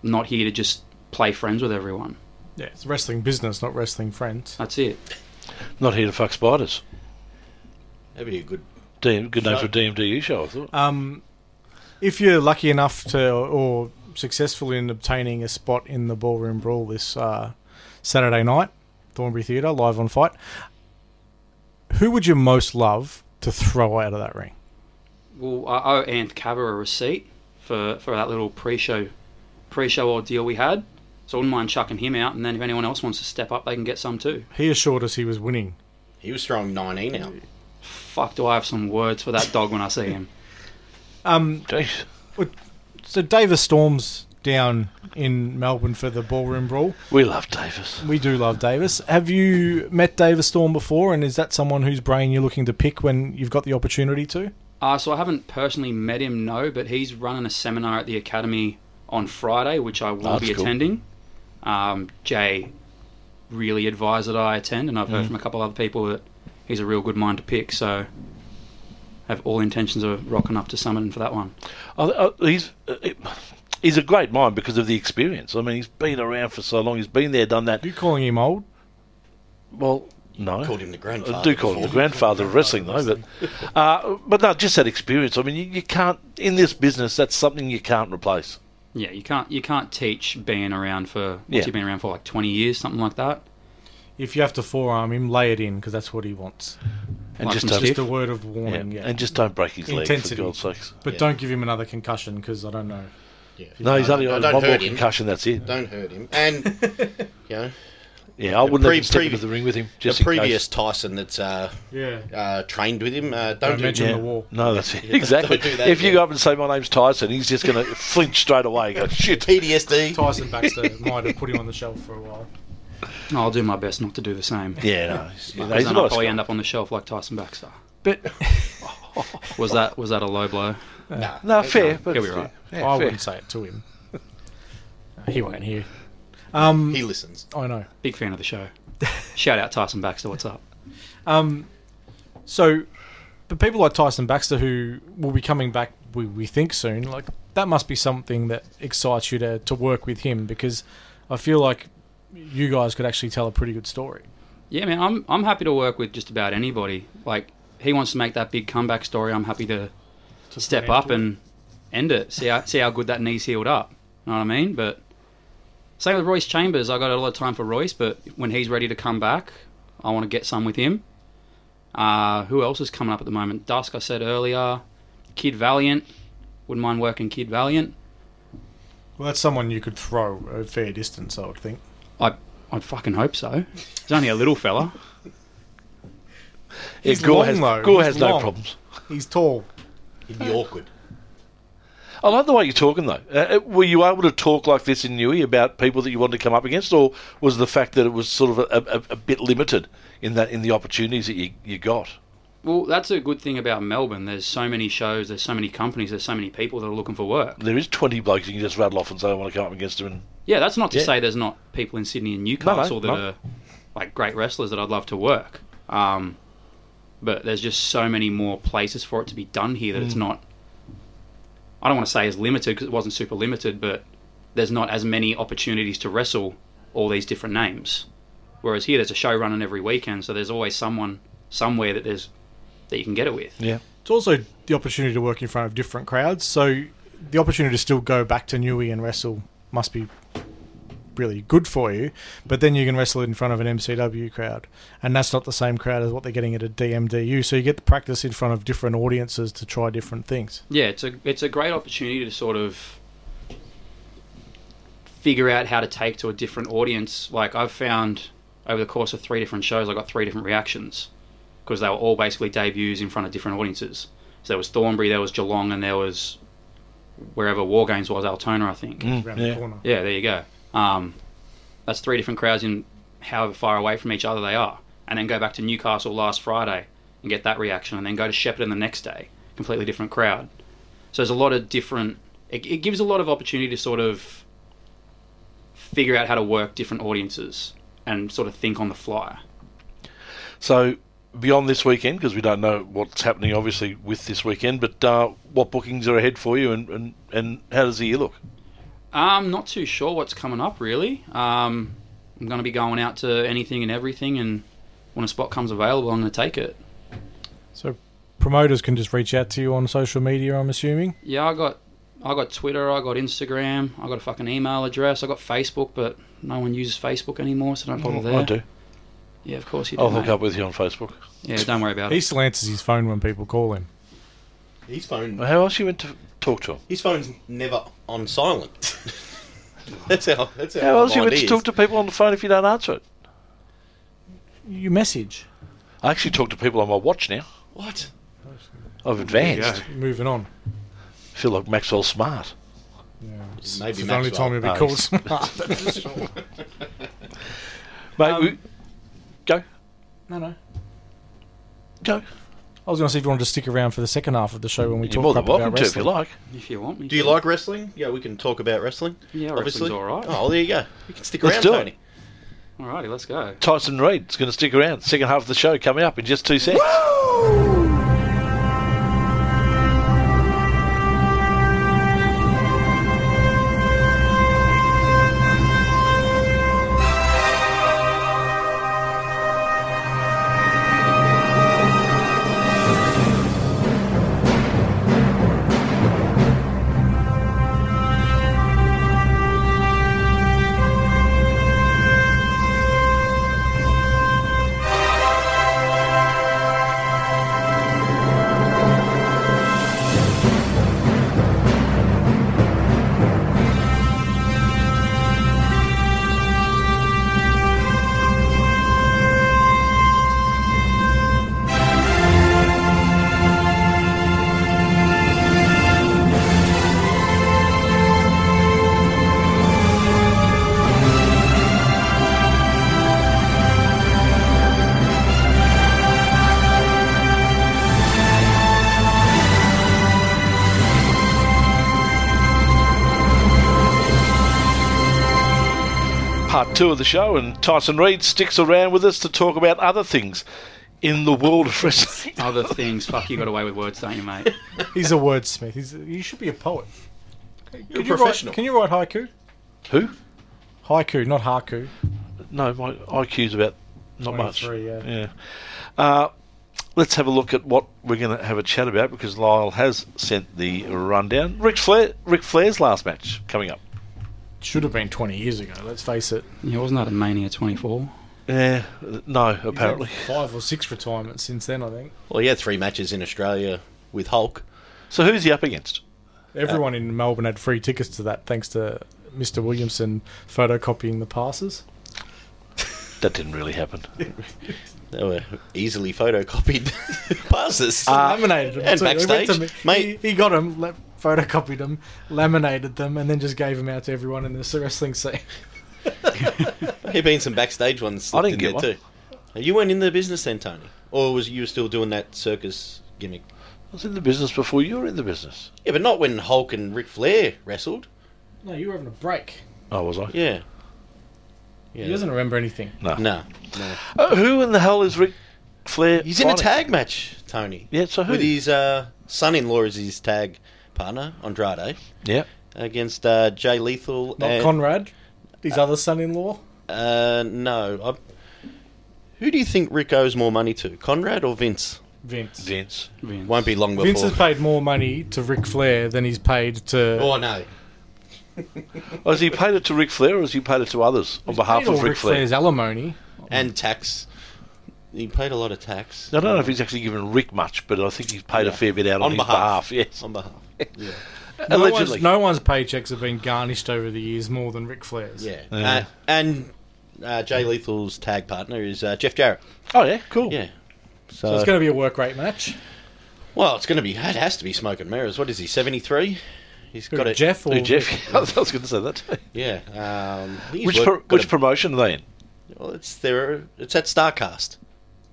Speaker 4: not here to just play friends with everyone.
Speaker 2: Yeah, it's wrestling business, not wrestling friends.
Speaker 4: That's it.
Speaker 1: Not here to fuck spiders.
Speaker 3: That'd be a good.
Speaker 1: D- good name
Speaker 3: Show.
Speaker 1: for a DMDU show, I thought.
Speaker 3: Uh,
Speaker 2: Um, if you're lucky enough to or successful in obtaining a spot in the ballroom brawl this uh, Saturday night, Thornbury Theatre, live on Fight, who would you most love to throw out of that ring?
Speaker 4: Well, I owe Ant Cover a receipt for, for that little pre-show pre-show ordeal we had. So I wouldn't mind chucking him out, and then if anyone else wants to step up, they can get some too.
Speaker 2: He assured us he was winning.
Speaker 3: He was throwing 19 out.
Speaker 4: Fuck, do I have some words for that dog when I see him?
Speaker 2: Um,
Speaker 1: Jeez.
Speaker 2: so Davis Storm's down in Melbourne for the ballroom brawl.
Speaker 1: We love Davis.
Speaker 2: We do love Davis. Have you met Davis Storm before, and is that someone whose brain you're looking to pick when you've got the opportunity to?
Speaker 4: Uh, so I haven't personally met him, no, but he's running a seminar at the academy on Friday, which I will
Speaker 1: Oh,
Speaker 4: be
Speaker 1: that's cool.
Speaker 4: attending. Um, Jay really advised that I attend, and I've
Speaker 1: Mm-hmm.
Speaker 4: heard from a couple other people that he's a real good mind to pick. So have all intentions of rocking up to summon for that one.
Speaker 1: I, I, he's uh, he's a great mind because of the experience. I mean, he's been around for so long. He's been there, done that.
Speaker 2: You calling him old?
Speaker 1: Well, no.
Speaker 3: Called him the grandfather.
Speaker 1: I do call him the
Speaker 3: before.
Speaker 1: grandfather of wrestling, though. But, uh, but no, just that experience. I mean, you, you can't in this business. That's something you can't replace.
Speaker 4: Yeah, you can't you can't teach being around for what's
Speaker 1: Yeah.
Speaker 4: he been around for like twenty years, something like that.
Speaker 2: If you have to forearm him, lay it in because that's what he wants.
Speaker 1: And
Speaker 4: Like
Speaker 1: just
Speaker 4: from
Speaker 1: don't,
Speaker 2: Just
Speaker 4: Stiff?
Speaker 2: a word of
Speaker 1: yeah,
Speaker 2: warning, yeah.
Speaker 1: and just don't break his
Speaker 2: Intensity.
Speaker 1: leg for God's sakes.
Speaker 2: but
Speaker 3: Yeah.
Speaker 2: don't give him another concussion because I don't know.
Speaker 3: Yeah.
Speaker 1: No, he's only
Speaker 3: no,
Speaker 1: got
Speaker 3: don't
Speaker 1: one more
Speaker 3: hurt him.
Speaker 1: concussion. That's it.
Speaker 3: Don't hurt him. And, <laughs> you know,
Speaker 1: Yeah, I wouldn't
Speaker 3: pre-
Speaker 1: even step
Speaker 3: previ-
Speaker 1: into the ring with him.
Speaker 3: the
Speaker 1: Just in case.
Speaker 3: previous Tyson that's uh,
Speaker 2: Yeah.
Speaker 3: uh, trained with him, uh, don't,
Speaker 2: Don't
Speaker 3: do-
Speaker 2: mention- on the wall.
Speaker 1: No, that's it. Exactly.
Speaker 3: <laughs> don't do that
Speaker 1: if you
Speaker 3: again.
Speaker 1: go up and say my name's Tyson, he's just
Speaker 3: <laughs>
Speaker 1: going to flinch straight away. And go shit.
Speaker 3: PTSD.
Speaker 2: Tyson Baxter <laughs> might have put him on the shelf for a while.
Speaker 4: I'll do my best not to do the same.
Speaker 1: Yeah, no, he's, no,
Speaker 4: Because
Speaker 1: he's
Speaker 4: then
Speaker 1: a
Speaker 4: I'll
Speaker 1: nice
Speaker 4: probably
Speaker 1: guy.
Speaker 4: end up on the shelf like Tyson Baxter.
Speaker 2: But
Speaker 4: <laughs> Was that was that a low blow?
Speaker 3: Nah.
Speaker 1: No, fair. But
Speaker 4: He'll be right.
Speaker 1: Yeah, fair.
Speaker 2: I wouldn't say it to him. <laughs> he won't hear. Um,
Speaker 3: He listens.
Speaker 2: I know.
Speaker 4: Big fan of the show. Shout out Tyson Baxter. What's up?
Speaker 2: Um, so, but people like Tyson Baxter, who will be coming back, we, we think soon, like that must be something that excites you to, to work with him because I feel like you guys could actually tell a pretty good story.
Speaker 4: Yeah, man, I'm I'm happy to work with just about anybody. Like he wants to make that big comeback story, I'm happy to, step up and end it. See how see how good that knee's healed up. You know what I mean? But same with Royce Chambers. I got a lot of time for Royce, but when he's ready to come back, I want to get some with him. Uh, who else is coming up at the moment? Dusk, I said earlier. Kid Valiant. Wouldn't mind working Kid Valiant.
Speaker 2: Well, that's someone you could throw a fair distance, I would think.
Speaker 4: I I'd fucking hope so. He's only a little fella.
Speaker 1: Yeah,
Speaker 2: He's
Speaker 1: Gore
Speaker 2: long,
Speaker 1: has,
Speaker 2: though.
Speaker 1: Gore
Speaker 2: He's
Speaker 1: has no
Speaker 2: long.
Speaker 1: problems.
Speaker 2: He's tall.
Speaker 3: He'd be awkward.
Speaker 1: I like the way you're talking though. Uh, were you able to talk like this in Newey about people that you wanted to come up against, or was the fact that it was sort of a, a, a bit limited in that in the opportunities that you, you got?
Speaker 4: Well, that's a good thing about Melbourne. There's so many shows, there's so many companies, there's so many people that are looking for work.
Speaker 1: There is 20 blokes you can just rattle off and say I want to come up against them. And
Speaker 4: Yeah, that's not to
Speaker 1: Yeah.
Speaker 4: say there's not people in Sydney and Newcastle that
Speaker 1: no.
Speaker 4: are like great wrestlers that I'd love to work. Um, but there's just so many more places for it to be done here that
Speaker 1: Mm.
Speaker 4: it's not. I don't want to say as limited because it wasn't super limited, but there's not as many opportunities to wrestle all these different names. Whereas here, there's a show running every weekend, so there's always someone somewhere that there's that you can get it with.
Speaker 1: yeah,
Speaker 2: It's also the opportunity to work in front of different crowds, so the opportunity to still go back to Newey and wrestle must be really good for you. But then you can wrestle in front of an MCW crowd, and that's not the same crowd as what they're getting at a DMDU. So you get the practice in front of different audiences to try different things.
Speaker 4: Yeah, it's a it's a great opportunity to sort of figure out how to take to a different audience. Like I've found over the course of three different shows, I got three different reactions because they were all basically debuts in front of different audiences. So there was Thornbury, there was Geelong, and there was wherever War Games was, Altona, I think.
Speaker 2: Around
Speaker 1: Mm, yeah.
Speaker 2: the corner.
Speaker 4: Yeah, there you go. Um, that's three different crowds in however far away from each other they are. And then go back to Newcastle last Friday and get that reaction. And then go to Shepparton the next day. Completely different crowd. So there's a lot of different. It, it gives a lot of opportunity to sort of figure out how to work different audiences and sort of think on the fly.
Speaker 1: So beyond this weekend, because we don't know what's happening obviously with this weekend, but uh, what bookings are ahead for you, and, and, and how does the year look?
Speaker 4: I'm Um, not too sure what's coming up really. Um, I'm going to be going out to anything and everything, and when a spot comes available, I'm going to take it.
Speaker 2: So promoters can just reach out to you on social media, I'm assuming.
Speaker 4: Yeah, I got I got Twitter, I got Instagram, I got a fucking email address, I got Facebook, but no one uses Facebook anymore, so don't bother there.
Speaker 1: Mm, I do.
Speaker 4: Yeah, of course you do.
Speaker 1: I'll hook
Speaker 4: mate.
Speaker 1: up with you on Facebook.
Speaker 4: Yeah, don't worry
Speaker 1: Uh,
Speaker 4: about
Speaker 2: He
Speaker 4: it.
Speaker 2: still answers his phone when people call him.
Speaker 3: His phone,
Speaker 1: How else you went to talk to him?
Speaker 3: his phone's never on silent. <laughs> that's how. That's how.
Speaker 1: How else you
Speaker 3: my mind
Speaker 1: went to
Speaker 3: is.
Speaker 1: talk to people on the phone if you don't answer it?
Speaker 2: You message.
Speaker 1: I actually talk to people on my watch now.
Speaker 3: What?
Speaker 1: I've advanced.
Speaker 2: Moving on.
Speaker 1: feel like Maxwell Smart.
Speaker 3: Maybe
Speaker 2: It's the only time he'll
Speaker 3: Maxwell.
Speaker 2: be
Speaker 1: Oh,
Speaker 2: called.
Speaker 1: he's-
Speaker 2: <laughs> smart.
Speaker 1: Mate, we- go,
Speaker 2: no, no.
Speaker 1: go.
Speaker 2: I was going to see if you wanted to stick around for the second half of the show when we
Speaker 1: You're
Speaker 2: talk
Speaker 1: more than
Speaker 2: crap about
Speaker 1: welcome to if you
Speaker 2: wrestling.
Speaker 1: like.
Speaker 4: If you want me.
Speaker 3: Do you
Speaker 4: to.
Speaker 3: like wrestling? Yeah, we can talk about wrestling.
Speaker 4: Yeah,
Speaker 3: obviously.
Speaker 4: wrestling's all right.
Speaker 3: Oh, well, there you go. You can stick
Speaker 1: Let's
Speaker 3: around,
Speaker 1: do it.
Speaker 3: Tony.
Speaker 4: Alrighty, let's go.
Speaker 1: Tyson Reed's going to stick around. Second half of the show coming up in just two seconds. Part two of the show, and Tyson Reed sticks around with us to talk about other things in the world of <laughs> wrestling.
Speaker 4: Other things. Fuck, you got away with words, don't you, mate?
Speaker 2: He's a wordsmith. He's a, you should be a poet.
Speaker 3: You're a
Speaker 2: Could you write-
Speaker 3: professional.
Speaker 2: can you write haiku?
Speaker 1: Who?
Speaker 2: Haiku, not haku.
Speaker 1: No, my IQ's about not much.
Speaker 2: 23, yeah.
Speaker 1: yeah. Uh, let's have a look at what we're going to have a chat about because Lyle has sent the rundown. Ric Flair, Ric Flair's last match coming up.
Speaker 2: Should have been 20 years ago, let's face it.
Speaker 4: yeah, wasn't that a Mania 24?
Speaker 1: Yeah, Uh, no, apparently.
Speaker 2: Five or six retirements since then, I think.
Speaker 3: Well, he had three matches in Australia with Hulk.
Speaker 1: So who's he up against? Uh,
Speaker 2: Everyone in Melbourne had free tickets to that thanks to Mr. Williamson photocopying the passes.
Speaker 1: That didn't really happen.
Speaker 3: They were easily photocopied <laughs> passes.
Speaker 1: Uh,
Speaker 2: laminated them.
Speaker 3: and
Speaker 2: too. They went to
Speaker 3: backstage,
Speaker 2: me-
Speaker 3: mate.
Speaker 2: He, he got them, le- photocopied them, laminated them, and then just gave them out to everyone in the wrestling scene. <laughs>
Speaker 3: there have been some backstage ones.
Speaker 1: I
Speaker 3: slipped
Speaker 1: didn't
Speaker 3: in
Speaker 1: get
Speaker 3: there
Speaker 1: one.
Speaker 3: too. You weren't in the business then, Tony, or was you still doing that circus gimmick?
Speaker 1: I was in the business before you were in the business.
Speaker 3: Yeah, but not when Hulk and Ric Flair wrestled.
Speaker 2: No, you were having a break.
Speaker 1: Oh, was I?
Speaker 3: Yeah. Yeah.
Speaker 2: He doesn't remember anything.
Speaker 3: No. no.
Speaker 1: Uh, who in the hell is Ric Flair?
Speaker 3: He's in a
Speaker 1: fighting?
Speaker 3: tag match, Tony.
Speaker 1: Yeah, so who?
Speaker 3: With his uh, son-in-law as his tag partner, Andrade,
Speaker 1: Yeah.
Speaker 3: against uh, Jay Lethal.
Speaker 2: Not
Speaker 3: and,
Speaker 2: Conrad, his other son-in-law.
Speaker 3: Uh, no. I, who do you think Rick owes more money to, Conrad or Vince?
Speaker 2: Vince.
Speaker 1: Vince.
Speaker 4: Vince.
Speaker 3: Won't be long before.
Speaker 2: Vince has paid more money to Ric Flair than he's paid to.
Speaker 3: Oh no.
Speaker 1: Oh, has he paid it to Ric Flair or has he paid it to others on behalf
Speaker 2: paid all
Speaker 1: of Ric
Speaker 2: Ric
Speaker 1: Flair?
Speaker 2: Flair's alimony.
Speaker 3: And tax. He paid a lot of tax.
Speaker 1: I don't know if he's actually given Rick much, but I think he's paid a
Speaker 3: Yeah.
Speaker 1: fair bit out on,
Speaker 3: On
Speaker 1: his behalf.
Speaker 3: behalf.
Speaker 1: Yes,
Speaker 3: On behalf. Yeah.
Speaker 1: <laughs>
Speaker 2: No
Speaker 1: allegedly.
Speaker 2: one's, no one's paychecks have been garnished over the years more than Ric Flair's.
Speaker 3: Yeah.
Speaker 1: Yeah.
Speaker 3: Uh, and uh, Jay Lethal's tag partner is uh, Jeff Jarrett.
Speaker 1: Oh yeah, cool.
Speaker 3: Yeah. So,
Speaker 1: Uh,
Speaker 2: So it's going to be a work rate match.
Speaker 3: well, it's going to be. It has to be smoke and mirrors. What is he? Seventy three. He's got a
Speaker 2: Jeff or
Speaker 1: Hey, Jeff, <laughs> I was going to say that. <laughs> too.
Speaker 3: Yeah. Um, he's
Speaker 1: Which pro-
Speaker 3: worked- got
Speaker 1: which
Speaker 3: a-
Speaker 1: promotion are they in?
Speaker 3: well, it's there. It's at Starcast.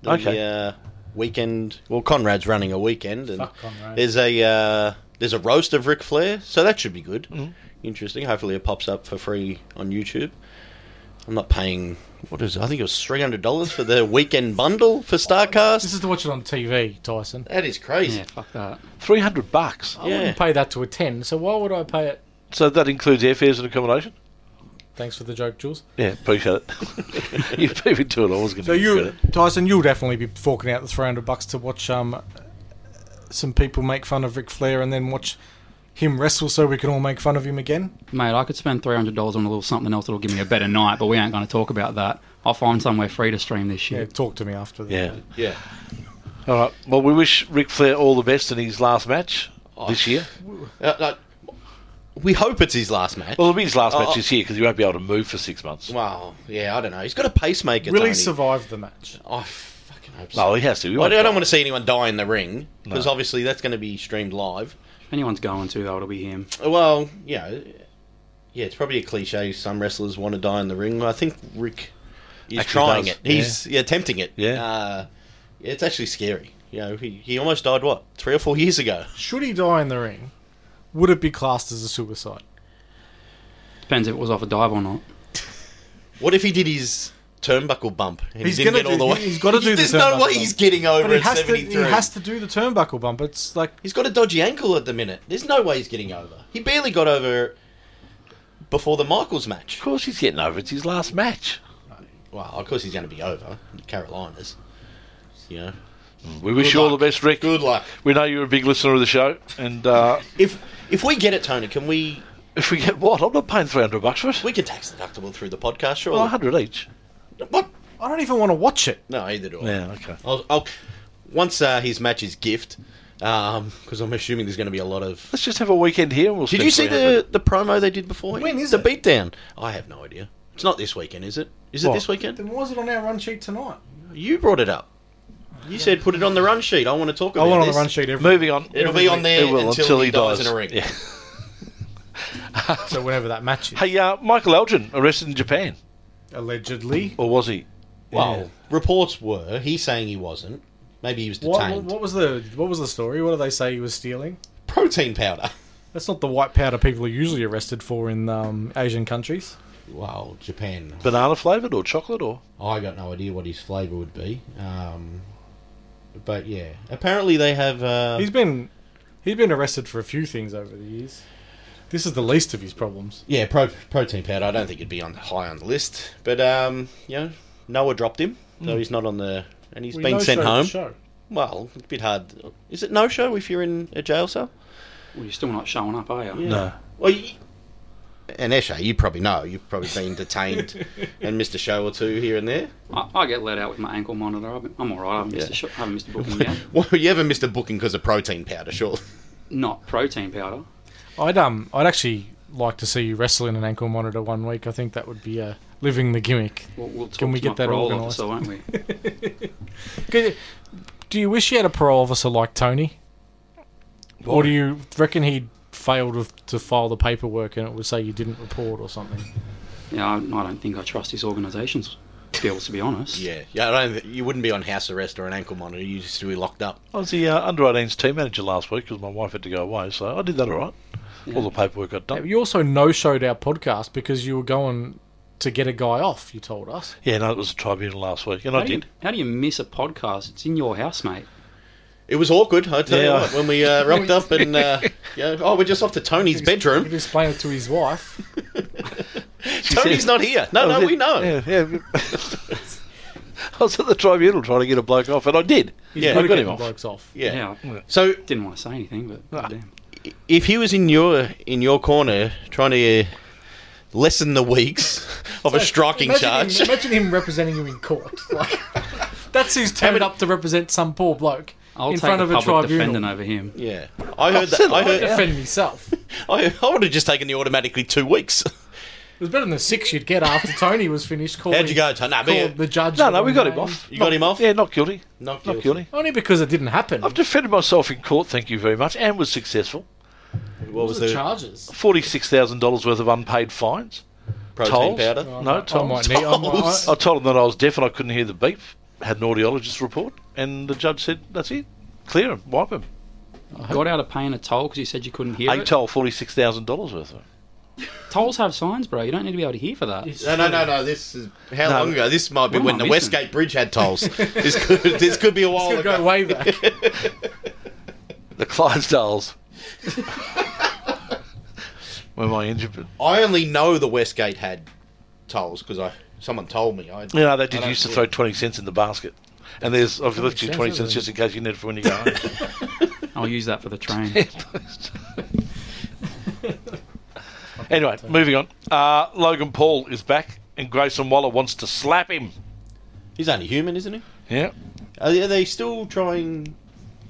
Speaker 3: The,
Speaker 1: Okay.
Speaker 3: Uh, weekend. Well, Conrad's running a weekend, and
Speaker 2: Fuck Conrad.
Speaker 3: there's a uh, there's a roast of Ric Flair, so that should be good.
Speaker 2: Mm-hmm.
Speaker 3: Interesting. Hopefully, it pops up for free on YouTube. I'm not paying. What is? it? I think it was three hundred dollars for the weekend bundle for
Speaker 2: This
Speaker 3: Starcast.
Speaker 2: is to watch it on TV, Tyson.
Speaker 3: That is crazy.
Speaker 4: Yeah, fuck that.
Speaker 1: Three hundred bucks.
Speaker 3: Oh.
Speaker 2: I wouldn't pay that to attend, so why would I pay it?
Speaker 1: So that includes airfares and accommodation.
Speaker 2: Thanks for the joke, Jules.
Speaker 1: <laughs> Yeah, appreciate it. you beat me to it. I was going to
Speaker 2: So
Speaker 1: be good
Speaker 2: you,
Speaker 1: at
Speaker 2: Tyson, you'll definitely be forking out the three hundred bucks to watch um, some people make fun of Ric Flair and then watch him wrestle, so we can all make fun of him again.
Speaker 4: Mate, I could spend three hundred dollars on a little something else that'll give me a better night, but we ain't going to talk about that. I'll find somewhere free to stream this
Speaker 2: Yeah,
Speaker 4: shit.
Speaker 2: talk to me after that.
Speaker 1: it. Yeah.
Speaker 3: Yeah.
Speaker 1: All right. Well, we wish Ric Flair all the best in his last match this year.
Speaker 3: Uh, like, we hope it's his last match.
Speaker 1: Well, it'll be his last
Speaker 3: Oh,
Speaker 1: match
Speaker 3: oh.
Speaker 1: this year because he won't be able to move for six months.
Speaker 3: Well, yeah, I don't know. He's got a pacemaker.
Speaker 2: Will he
Speaker 3: Tony.
Speaker 2: survive the match?
Speaker 3: I fucking hope so.
Speaker 1: No, he has to. He
Speaker 3: I
Speaker 1: won't
Speaker 3: don't, I don't
Speaker 1: die.
Speaker 3: want to see anyone die in the ring because
Speaker 1: No.
Speaker 3: obviously that's going to be streamed live.
Speaker 4: If anyone's going to though, it'll be him.
Speaker 3: Well, you know, yeah, it's probably a cliche. Some wrestlers want to die in the ring. I think Rick is
Speaker 1: Actually
Speaker 3: trying
Speaker 1: does,
Speaker 3: it. He's yeah, attempting it.
Speaker 1: Yeah.
Speaker 3: uh, it's actually scary. You know, he, he almost died what three or four years ago.
Speaker 2: Should he die in the ring, would it be classed as a suicide?
Speaker 4: Depends if it was off a dive or not.
Speaker 3: What if he did his turnbuckle bump and
Speaker 2: He's
Speaker 3: he didn't
Speaker 2: gonna
Speaker 3: get all the
Speaker 2: do-
Speaker 3: way?
Speaker 2: he's gotta do the
Speaker 3: <laughs> There's no
Speaker 2: turnbuckle
Speaker 3: way he's
Speaker 2: bump.
Speaker 3: getting over
Speaker 2: But he
Speaker 3: at
Speaker 2: has to.
Speaker 3: 73.
Speaker 2: He has to do the turnbuckle bump. It's like
Speaker 3: He's got a dodgy ankle at the minute. There's no way he's getting over. He barely got over before the Michaels match.
Speaker 1: Of course, he's getting over. It's his last match.
Speaker 3: Well, of course he's going to be over. Carolinas. You know.
Speaker 1: We wish
Speaker 3: Good
Speaker 1: you all
Speaker 3: luck.
Speaker 1: the best, Rick.
Speaker 3: Good luck.
Speaker 1: We know you're a big listener of the show, and uh,
Speaker 3: If if we get it, Tony, can we
Speaker 1: <laughs> if we get what, I'm not paying three hundred bucks for it.
Speaker 3: we can tax deductible through the podcast? Sure.
Speaker 1: Well, hundred each.
Speaker 3: what?
Speaker 2: I don't even want to watch it.
Speaker 3: No, either do I.
Speaker 1: Yeah, okay.
Speaker 3: I'll, I'll, once uh, his match is gift, because I'm assuming there's going to be a lot of.
Speaker 1: Let's just have a weekend here, and we'll.
Speaker 3: Did
Speaker 1: spend
Speaker 3: you see
Speaker 1: 300.
Speaker 3: the, the promo they did before?
Speaker 2: When is
Speaker 3: the
Speaker 2: it?
Speaker 3: beatdown? I have no idea. It's not this weekend, is it? Is it
Speaker 1: What?
Speaker 3: this weekend?
Speaker 2: Then why is it on our run sheet tonight?
Speaker 3: You brought it up. You said put it on the run sheet. I want to talk
Speaker 2: I
Speaker 3: about.
Speaker 2: want on the
Speaker 3: this.
Speaker 2: run sheet every
Speaker 1: Moving on.
Speaker 3: It'll be on there
Speaker 1: It will,
Speaker 3: until, he, dies, in a ring.
Speaker 1: Yeah.
Speaker 2: so whenever that match is.
Speaker 1: Hey, uh, Michael Elgin arrested in Japan,
Speaker 2: Allegedly.
Speaker 1: or was he?
Speaker 3: Well, reports were he's saying he wasn't. Maybe he was
Speaker 2: What,
Speaker 3: detained.
Speaker 2: what was the what was the story? What did they say he was stealing?
Speaker 3: Protein powder. <laughs>
Speaker 2: That's not the white powder people are usually arrested for in um, Asian countries.
Speaker 3: Wow, Japan.
Speaker 1: banana flavored or chocolate or
Speaker 3: I got no idea what his flavour would be. Um, but yeah, apparently they have. Uh,
Speaker 2: He's been he's been arrested for a few things over the years. This is the least of his problems.
Speaker 3: yeah, pro- protein powder. I don't think it'd be on high on the list. But um, you know, Noah dropped him, so he's not on the. And he's
Speaker 2: We
Speaker 3: been
Speaker 2: know
Speaker 3: sent
Speaker 2: Hmm. show to
Speaker 3: home.
Speaker 2: show.
Speaker 3: Well, it's a bit hard. Is it no show if you're in a jail cell?
Speaker 4: Well, you're still not showing up, are you?
Speaker 1: no?
Speaker 3: Well, you, and Esha, you probably know. You've probably been detained and missed a show or two here and there.
Speaker 4: I, I get let out with my ankle monitor. I've been- I'm all right. I haven't missed a
Speaker 3: Yeah.
Speaker 4: shot. I haven't missed a
Speaker 3: <laughs>
Speaker 4: booking yet.
Speaker 3: Well, you haven't missed a booking because of protein powder, sure.
Speaker 4: Not protein powder.
Speaker 2: I'd um I'd actually like to see you wrestle in an ankle monitor one week. I think that would be uh, living the gimmick.
Speaker 4: We'll, we'll talk
Speaker 2: Can we
Speaker 4: to my
Speaker 2: get that
Speaker 4: parole
Speaker 2: organised?
Speaker 4: officer, won't we?
Speaker 2: Could- Do you wish you had a parole officer like Tony, or do you reckon he failed with, to file the paperwork and it would say you didn't report or something? <laughs>
Speaker 4: Yeah, I, I don't think I trust his organisation's skills, to be honest.
Speaker 3: Yeah, yeah. I don't. You wouldn't be on house arrest or an ankle monitor. You just be locked up.
Speaker 1: I was the uh, under 18s team manager last week because my wife had to go away, so I did that all right. All the paperwork got
Speaker 2: Yeah, but
Speaker 1: done.
Speaker 2: You also no-showed our podcast because you were going to get a guy off. You told us.
Speaker 1: Yeah, no, it was a tribunal last week, and
Speaker 4: How
Speaker 1: I
Speaker 4: do, you,
Speaker 1: did.
Speaker 4: how do you miss a podcast? It's in your house, mate.
Speaker 3: It was awkward. I tell
Speaker 1: Yeah.
Speaker 3: you what. When we uh, rocked up and uh, yeah, oh, we're just off to
Speaker 2: <laughs>
Speaker 3: Tony's
Speaker 2: You
Speaker 3: bedroom.
Speaker 2: explain it to his wife.
Speaker 3: Tony's not here. Oh, No,
Speaker 1: I
Speaker 3: no,
Speaker 1: was
Speaker 3: we
Speaker 1: at-
Speaker 3: know.
Speaker 1: Yeah, yeah. <laughs> I was at the tribunal trying to get a bloke off, and I did.
Speaker 3: Yeah,
Speaker 1: I
Speaker 2: Gotta
Speaker 1: got
Speaker 2: get
Speaker 1: him
Speaker 2: the
Speaker 1: off.
Speaker 2: blokes off.
Speaker 3: Yeah.
Speaker 4: I
Speaker 3: So
Speaker 4: didn't want to say anything, but goddamn.
Speaker 3: if he was in your in your corner trying to uh, lessen the weeks <laughs> of a striking
Speaker 2: imagine
Speaker 3: charge,
Speaker 2: Him, imagine him representing you in court. Like, that's who's turned up to represent some poor bloke
Speaker 4: I'll
Speaker 2: in
Speaker 4: take
Speaker 2: front
Speaker 4: the
Speaker 2: of a
Speaker 4: public
Speaker 2: tribunal.
Speaker 4: defending over him.
Speaker 3: <laughs> yeah, I heard
Speaker 1: said
Speaker 3: that. I
Speaker 1: I
Speaker 3: heard.
Speaker 2: Defend myself. It
Speaker 3: I, I would have just taken the automatically two weeks.
Speaker 2: was better than the six you'd get after Tony was finished. Calling,
Speaker 3: How'd you go, Tony? Nah,
Speaker 2: Called
Speaker 3: but-
Speaker 2: the judge.
Speaker 1: No,
Speaker 2: the
Speaker 1: no, we
Speaker 2: wrong
Speaker 1: got him
Speaker 2: name.
Speaker 1: off.
Speaker 3: You got
Speaker 1: Not-
Speaker 3: him off?
Speaker 1: Yeah, not guilty.
Speaker 3: Not
Speaker 1: Not
Speaker 3: guilty.
Speaker 1: guilty.
Speaker 2: Only because it didn't happen.
Speaker 1: I've defended myself in court, thank you very much, and was successful.
Speaker 3: What was
Speaker 2: What was the
Speaker 3: the
Speaker 2: charges?
Speaker 1: Forty-six thousand dollars worth of unpaid fines.
Speaker 3: protein
Speaker 1: Tolls?
Speaker 3: powder?
Speaker 1: No,
Speaker 2: I might
Speaker 1: tolls.
Speaker 2: need. I might, I-
Speaker 3: Tolls.
Speaker 1: I told him that I was deaf and I couldn't hear the beep. Had an audiologist report, and the judge said, "That's it, clear him, wipe him."
Speaker 4: Got out of paying a toll because you said you couldn't hear
Speaker 1: Eight
Speaker 4: it.
Speaker 1: toll, forty-six thousand dollars worth of. it.
Speaker 4: Tolls have signs, bro. You don't need to be able to hear for that.
Speaker 3: No, no, no, no. This is how
Speaker 1: No.
Speaker 3: long ago? This might be
Speaker 4: What am
Speaker 3: when
Speaker 4: I
Speaker 3: the
Speaker 4: missing?
Speaker 3: Westgate Bridge had tolls. this could this could be a while
Speaker 2: Could go
Speaker 3: ago.
Speaker 2: way back.
Speaker 1: The Clydesdales. <laughs> Where my engine.
Speaker 3: I only know the Westgate had tolls because I someone told me. I,
Speaker 1: You know, they
Speaker 3: I
Speaker 1: did
Speaker 3: don't-
Speaker 1: used to throw 20 cents in the basket. And there's, I've left you
Speaker 3: sense,
Speaker 1: 20 cents
Speaker 3: doesn't it?
Speaker 1: just in case you need it for when you go <laughs> home.
Speaker 4: I'll use that for
Speaker 3: <laughs>
Speaker 4: the train.
Speaker 1: anyway, moving on. Uh, Logan Paul is back, and Grayson Waller wants to slap him.
Speaker 3: He's only human, isn't he?
Speaker 1: Yeah.
Speaker 3: Are they, are they still trying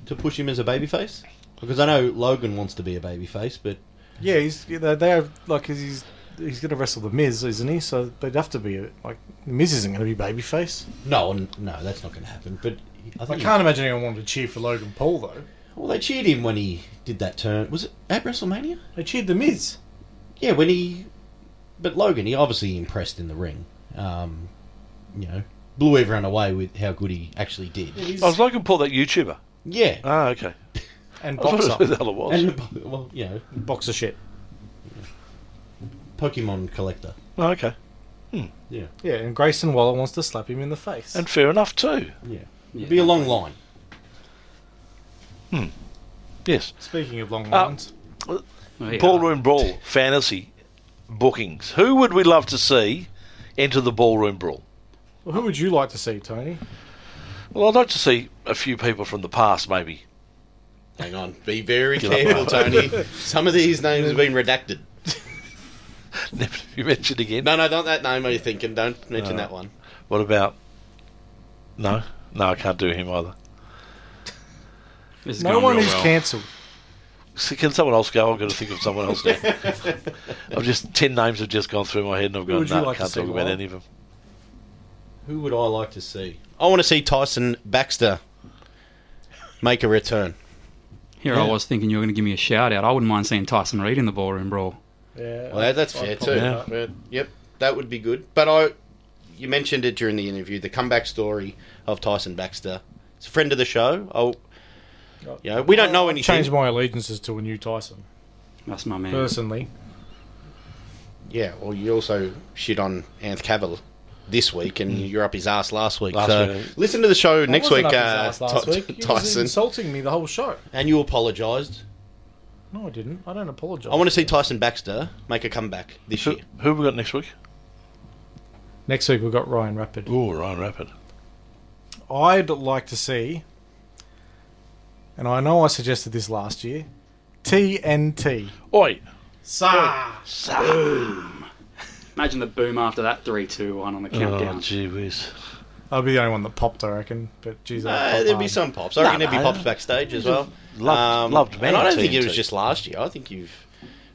Speaker 3: to push him as a babyface? Because I know Logan wants to be a babyface, but
Speaker 2: Yeah, he's they they have like 'cause he's he's going to wrestle the Miz, isn't he? So they'd have to be a- like the Miz isn't going to be babyface.
Speaker 3: no, n- no, that's not going to happen. But I
Speaker 2: I
Speaker 3: think.
Speaker 2: can't imagine anyone wanted to cheer for Logan Paul though.
Speaker 3: well, they cheered him when he did that turn. Was it at WrestleMania?
Speaker 2: They cheered the Miz.
Speaker 3: Yeah, when he. But Logan, he obviously impressed in the ring. Um, you know, blew everyone away with how good he actually did.
Speaker 1: I was Oh, Logan Paul, that YouTuber.
Speaker 3: Yeah.
Speaker 1: Ah, okay.
Speaker 2: and
Speaker 1: I was
Speaker 2: boxer,
Speaker 1: <laughs> who the hell it was.
Speaker 3: <laughs> And, well, you know,
Speaker 2: boxer shit.
Speaker 3: Pokemon collector.
Speaker 1: Oh, okay.
Speaker 3: Yeah.
Speaker 2: Yeah, and Grayson Waller wants to slap him in the face.
Speaker 1: And fair enough, too.
Speaker 3: Yeah.
Speaker 4: Yeah.
Speaker 3: It'd be a long line.
Speaker 1: Yes.
Speaker 2: speaking of long
Speaker 1: Uh,
Speaker 2: lines,
Speaker 4: Well, yeah.
Speaker 1: Ballroom Brawl, fantasy, bookings. Who would we love to see enter the Ballroom Brawl?
Speaker 2: well, who would you like to see, Tony?
Speaker 1: Well, I'd like to see a few people from the past, maybe. <laughs>
Speaker 3: Hang on. Be <laughs> very careful, Tony. Some of these names have been redacted.
Speaker 1: Never to be mentioned again.
Speaker 3: No, no, not that name. Are you thinking? Don't mention that one.
Speaker 1: What about. No? No, I can't do him either.
Speaker 4: This is
Speaker 2: No
Speaker 4: going
Speaker 2: one
Speaker 4: real
Speaker 2: is
Speaker 4: well.
Speaker 2: cancelled.
Speaker 1: So can someone else go? I've got to think of someone else now. I've just ten names have just gone through my head, and I've gone,
Speaker 2: would you
Speaker 1: no,
Speaker 2: like
Speaker 1: I
Speaker 2: to
Speaker 1: can't
Speaker 2: see,
Speaker 1: talk about
Speaker 2: Lyle?
Speaker 1: any of them.
Speaker 3: Who would I like to see? I want to see Tyson Baxter make a return.
Speaker 4: Here I was thinking you were going to give me a shout out. I wouldn't mind seeing Tyson Reed in the ballroom brawl.
Speaker 2: Yeah,
Speaker 3: Well, that, that's
Speaker 2: I'd
Speaker 3: fair
Speaker 2: probably
Speaker 3: too.
Speaker 1: Yeah.
Speaker 3: But, yep, that would be good. But I, you mentioned it during the interview, the comeback story of Tyson Baxter. He's a friend of the show. Oh, you know, we don't know anything.
Speaker 2: change my allegiances to a new Tyson
Speaker 4: That's my man.
Speaker 2: personally.
Speaker 3: Yeah, well, you also shit on Anth Cavill this week, and you're up his ass last week.
Speaker 1: Last
Speaker 3: so
Speaker 1: week.
Speaker 3: listen to the show next
Speaker 2: Mm. I wasn't
Speaker 3: week,
Speaker 2: up his
Speaker 3: uh,
Speaker 2: ass last
Speaker 3: Ty-
Speaker 2: week. He was
Speaker 3: Tyson.
Speaker 2: insulting me the whole show.
Speaker 3: And you apologised.
Speaker 2: No, I didn't. I don't apologize.
Speaker 3: I want to see Tyson Baxter make a comeback this
Speaker 1: Who,
Speaker 3: year.
Speaker 1: who have we got next week?
Speaker 2: Next week we've got Ryan Rapid.
Speaker 1: Ooh, Ryan Rapid.
Speaker 2: I'd like to see, and I know I suggested this last year, TNT.
Speaker 1: Oi,
Speaker 2: Sa!
Speaker 4: Imagine the boom after that 3 2 1 on the
Speaker 1: oh,
Speaker 4: countdown.
Speaker 1: gee whiz.
Speaker 2: I'll be the only one that popped, I reckon. But geez, that
Speaker 3: Uh,
Speaker 2: popped
Speaker 3: there'd be
Speaker 2: hard.
Speaker 3: some pops. I reckon there'd be
Speaker 1: no.
Speaker 3: pops backstage as well. Um,
Speaker 1: Loved- loved man
Speaker 3: And I don't think it
Speaker 1: TNT.
Speaker 3: was just last year. I think you've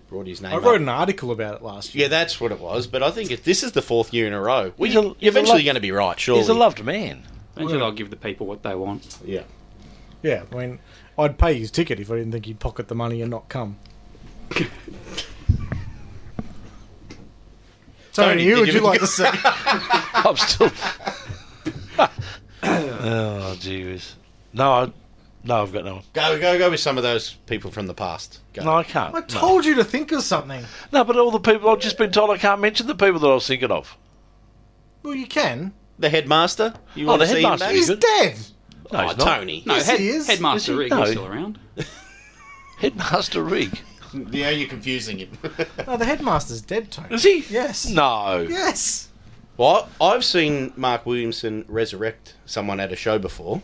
Speaker 3: brought his name.
Speaker 2: I wrote
Speaker 3: up.
Speaker 2: an article about it last year.
Speaker 3: Yeah, that's what it was. But I think it, this is the fourth year in a row. We,
Speaker 1: He's a- he's a
Speaker 3: you're eventually
Speaker 1: lo-
Speaker 3: going to be right, surely.
Speaker 1: He's a loved man.
Speaker 4: Eventually, I'll give the people what they want.
Speaker 3: Yeah.
Speaker 2: Yeah, I mean, I'd pay his ticket if I didn't think he'd pocket the money and not come. Tony,
Speaker 3: Tony,
Speaker 2: who
Speaker 3: did
Speaker 2: would
Speaker 3: you-
Speaker 2: you like to see?
Speaker 1: I'm still. <laughs> oh, gee whiz. No, I, no, I've got no one.
Speaker 3: Go, go, go with some of those people from the past. Go.
Speaker 1: No, I can't.
Speaker 2: <laughs> I
Speaker 1: no.
Speaker 2: told you to think of something.
Speaker 1: no, but all the people I've just been told I can't mention the people that I was thinking of.
Speaker 2: Well, you can.
Speaker 3: The headmaster. You
Speaker 1: Oh,
Speaker 3: want
Speaker 1: the
Speaker 3: to see him
Speaker 1: headmaster.
Speaker 3: back?
Speaker 2: He's
Speaker 1: good.
Speaker 2: dead.
Speaker 1: No,
Speaker 3: Oh,
Speaker 1: he's not.
Speaker 3: Tony.
Speaker 4: No,
Speaker 2: Yes,
Speaker 4: head,
Speaker 2: he is.
Speaker 4: Headmaster
Speaker 1: Is he?
Speaker 4: Rick
Speaker 1: No.
Speaker 4: is still around.
Speaker 1: Headmaster Rig.
Speaker 3: Now you're confusing him. <laughs>
Speaker 2: No, the headmaster's dead, Tony.
Speaker 1: Is he?
Speaker 2: Yes.
Speaker 1: No.
Speaker 2: Yes.
Speaker 3: well, I've seen Mark Williamson resurrect someone at a show before.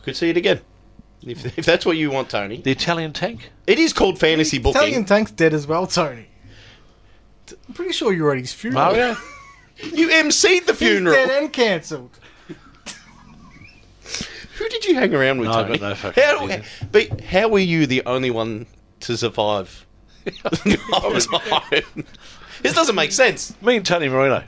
Speaker 3: I could see it again. If, if that's what you want, Tony.
Speaker 1: The Italian tank?
Speaker 3: It is called fantasy booking.
Speaker 2: Italian Tank's dead as well, Tony. T- I'm pretty sure you were at his funeral.
Speaker 1: Mario?
Speaker 3: You emceed the
Speaker 2: He's
Speaker 3: funeral.
Speaker 2: dead and cancelled.
Speaker 3: Who did you hang around with,
Speaker 1: No, I've
Speaker 3: Tony?
Speaker 1: got no fucking
Speaker 3: how,
Speaker 1: idea.
Speaker 3: But how were you the only one
Speaker 2: <laughs>
Speaker 3: to survive? I was home. This doesn't make sense.
Speaker 1: Me and Tony Marino.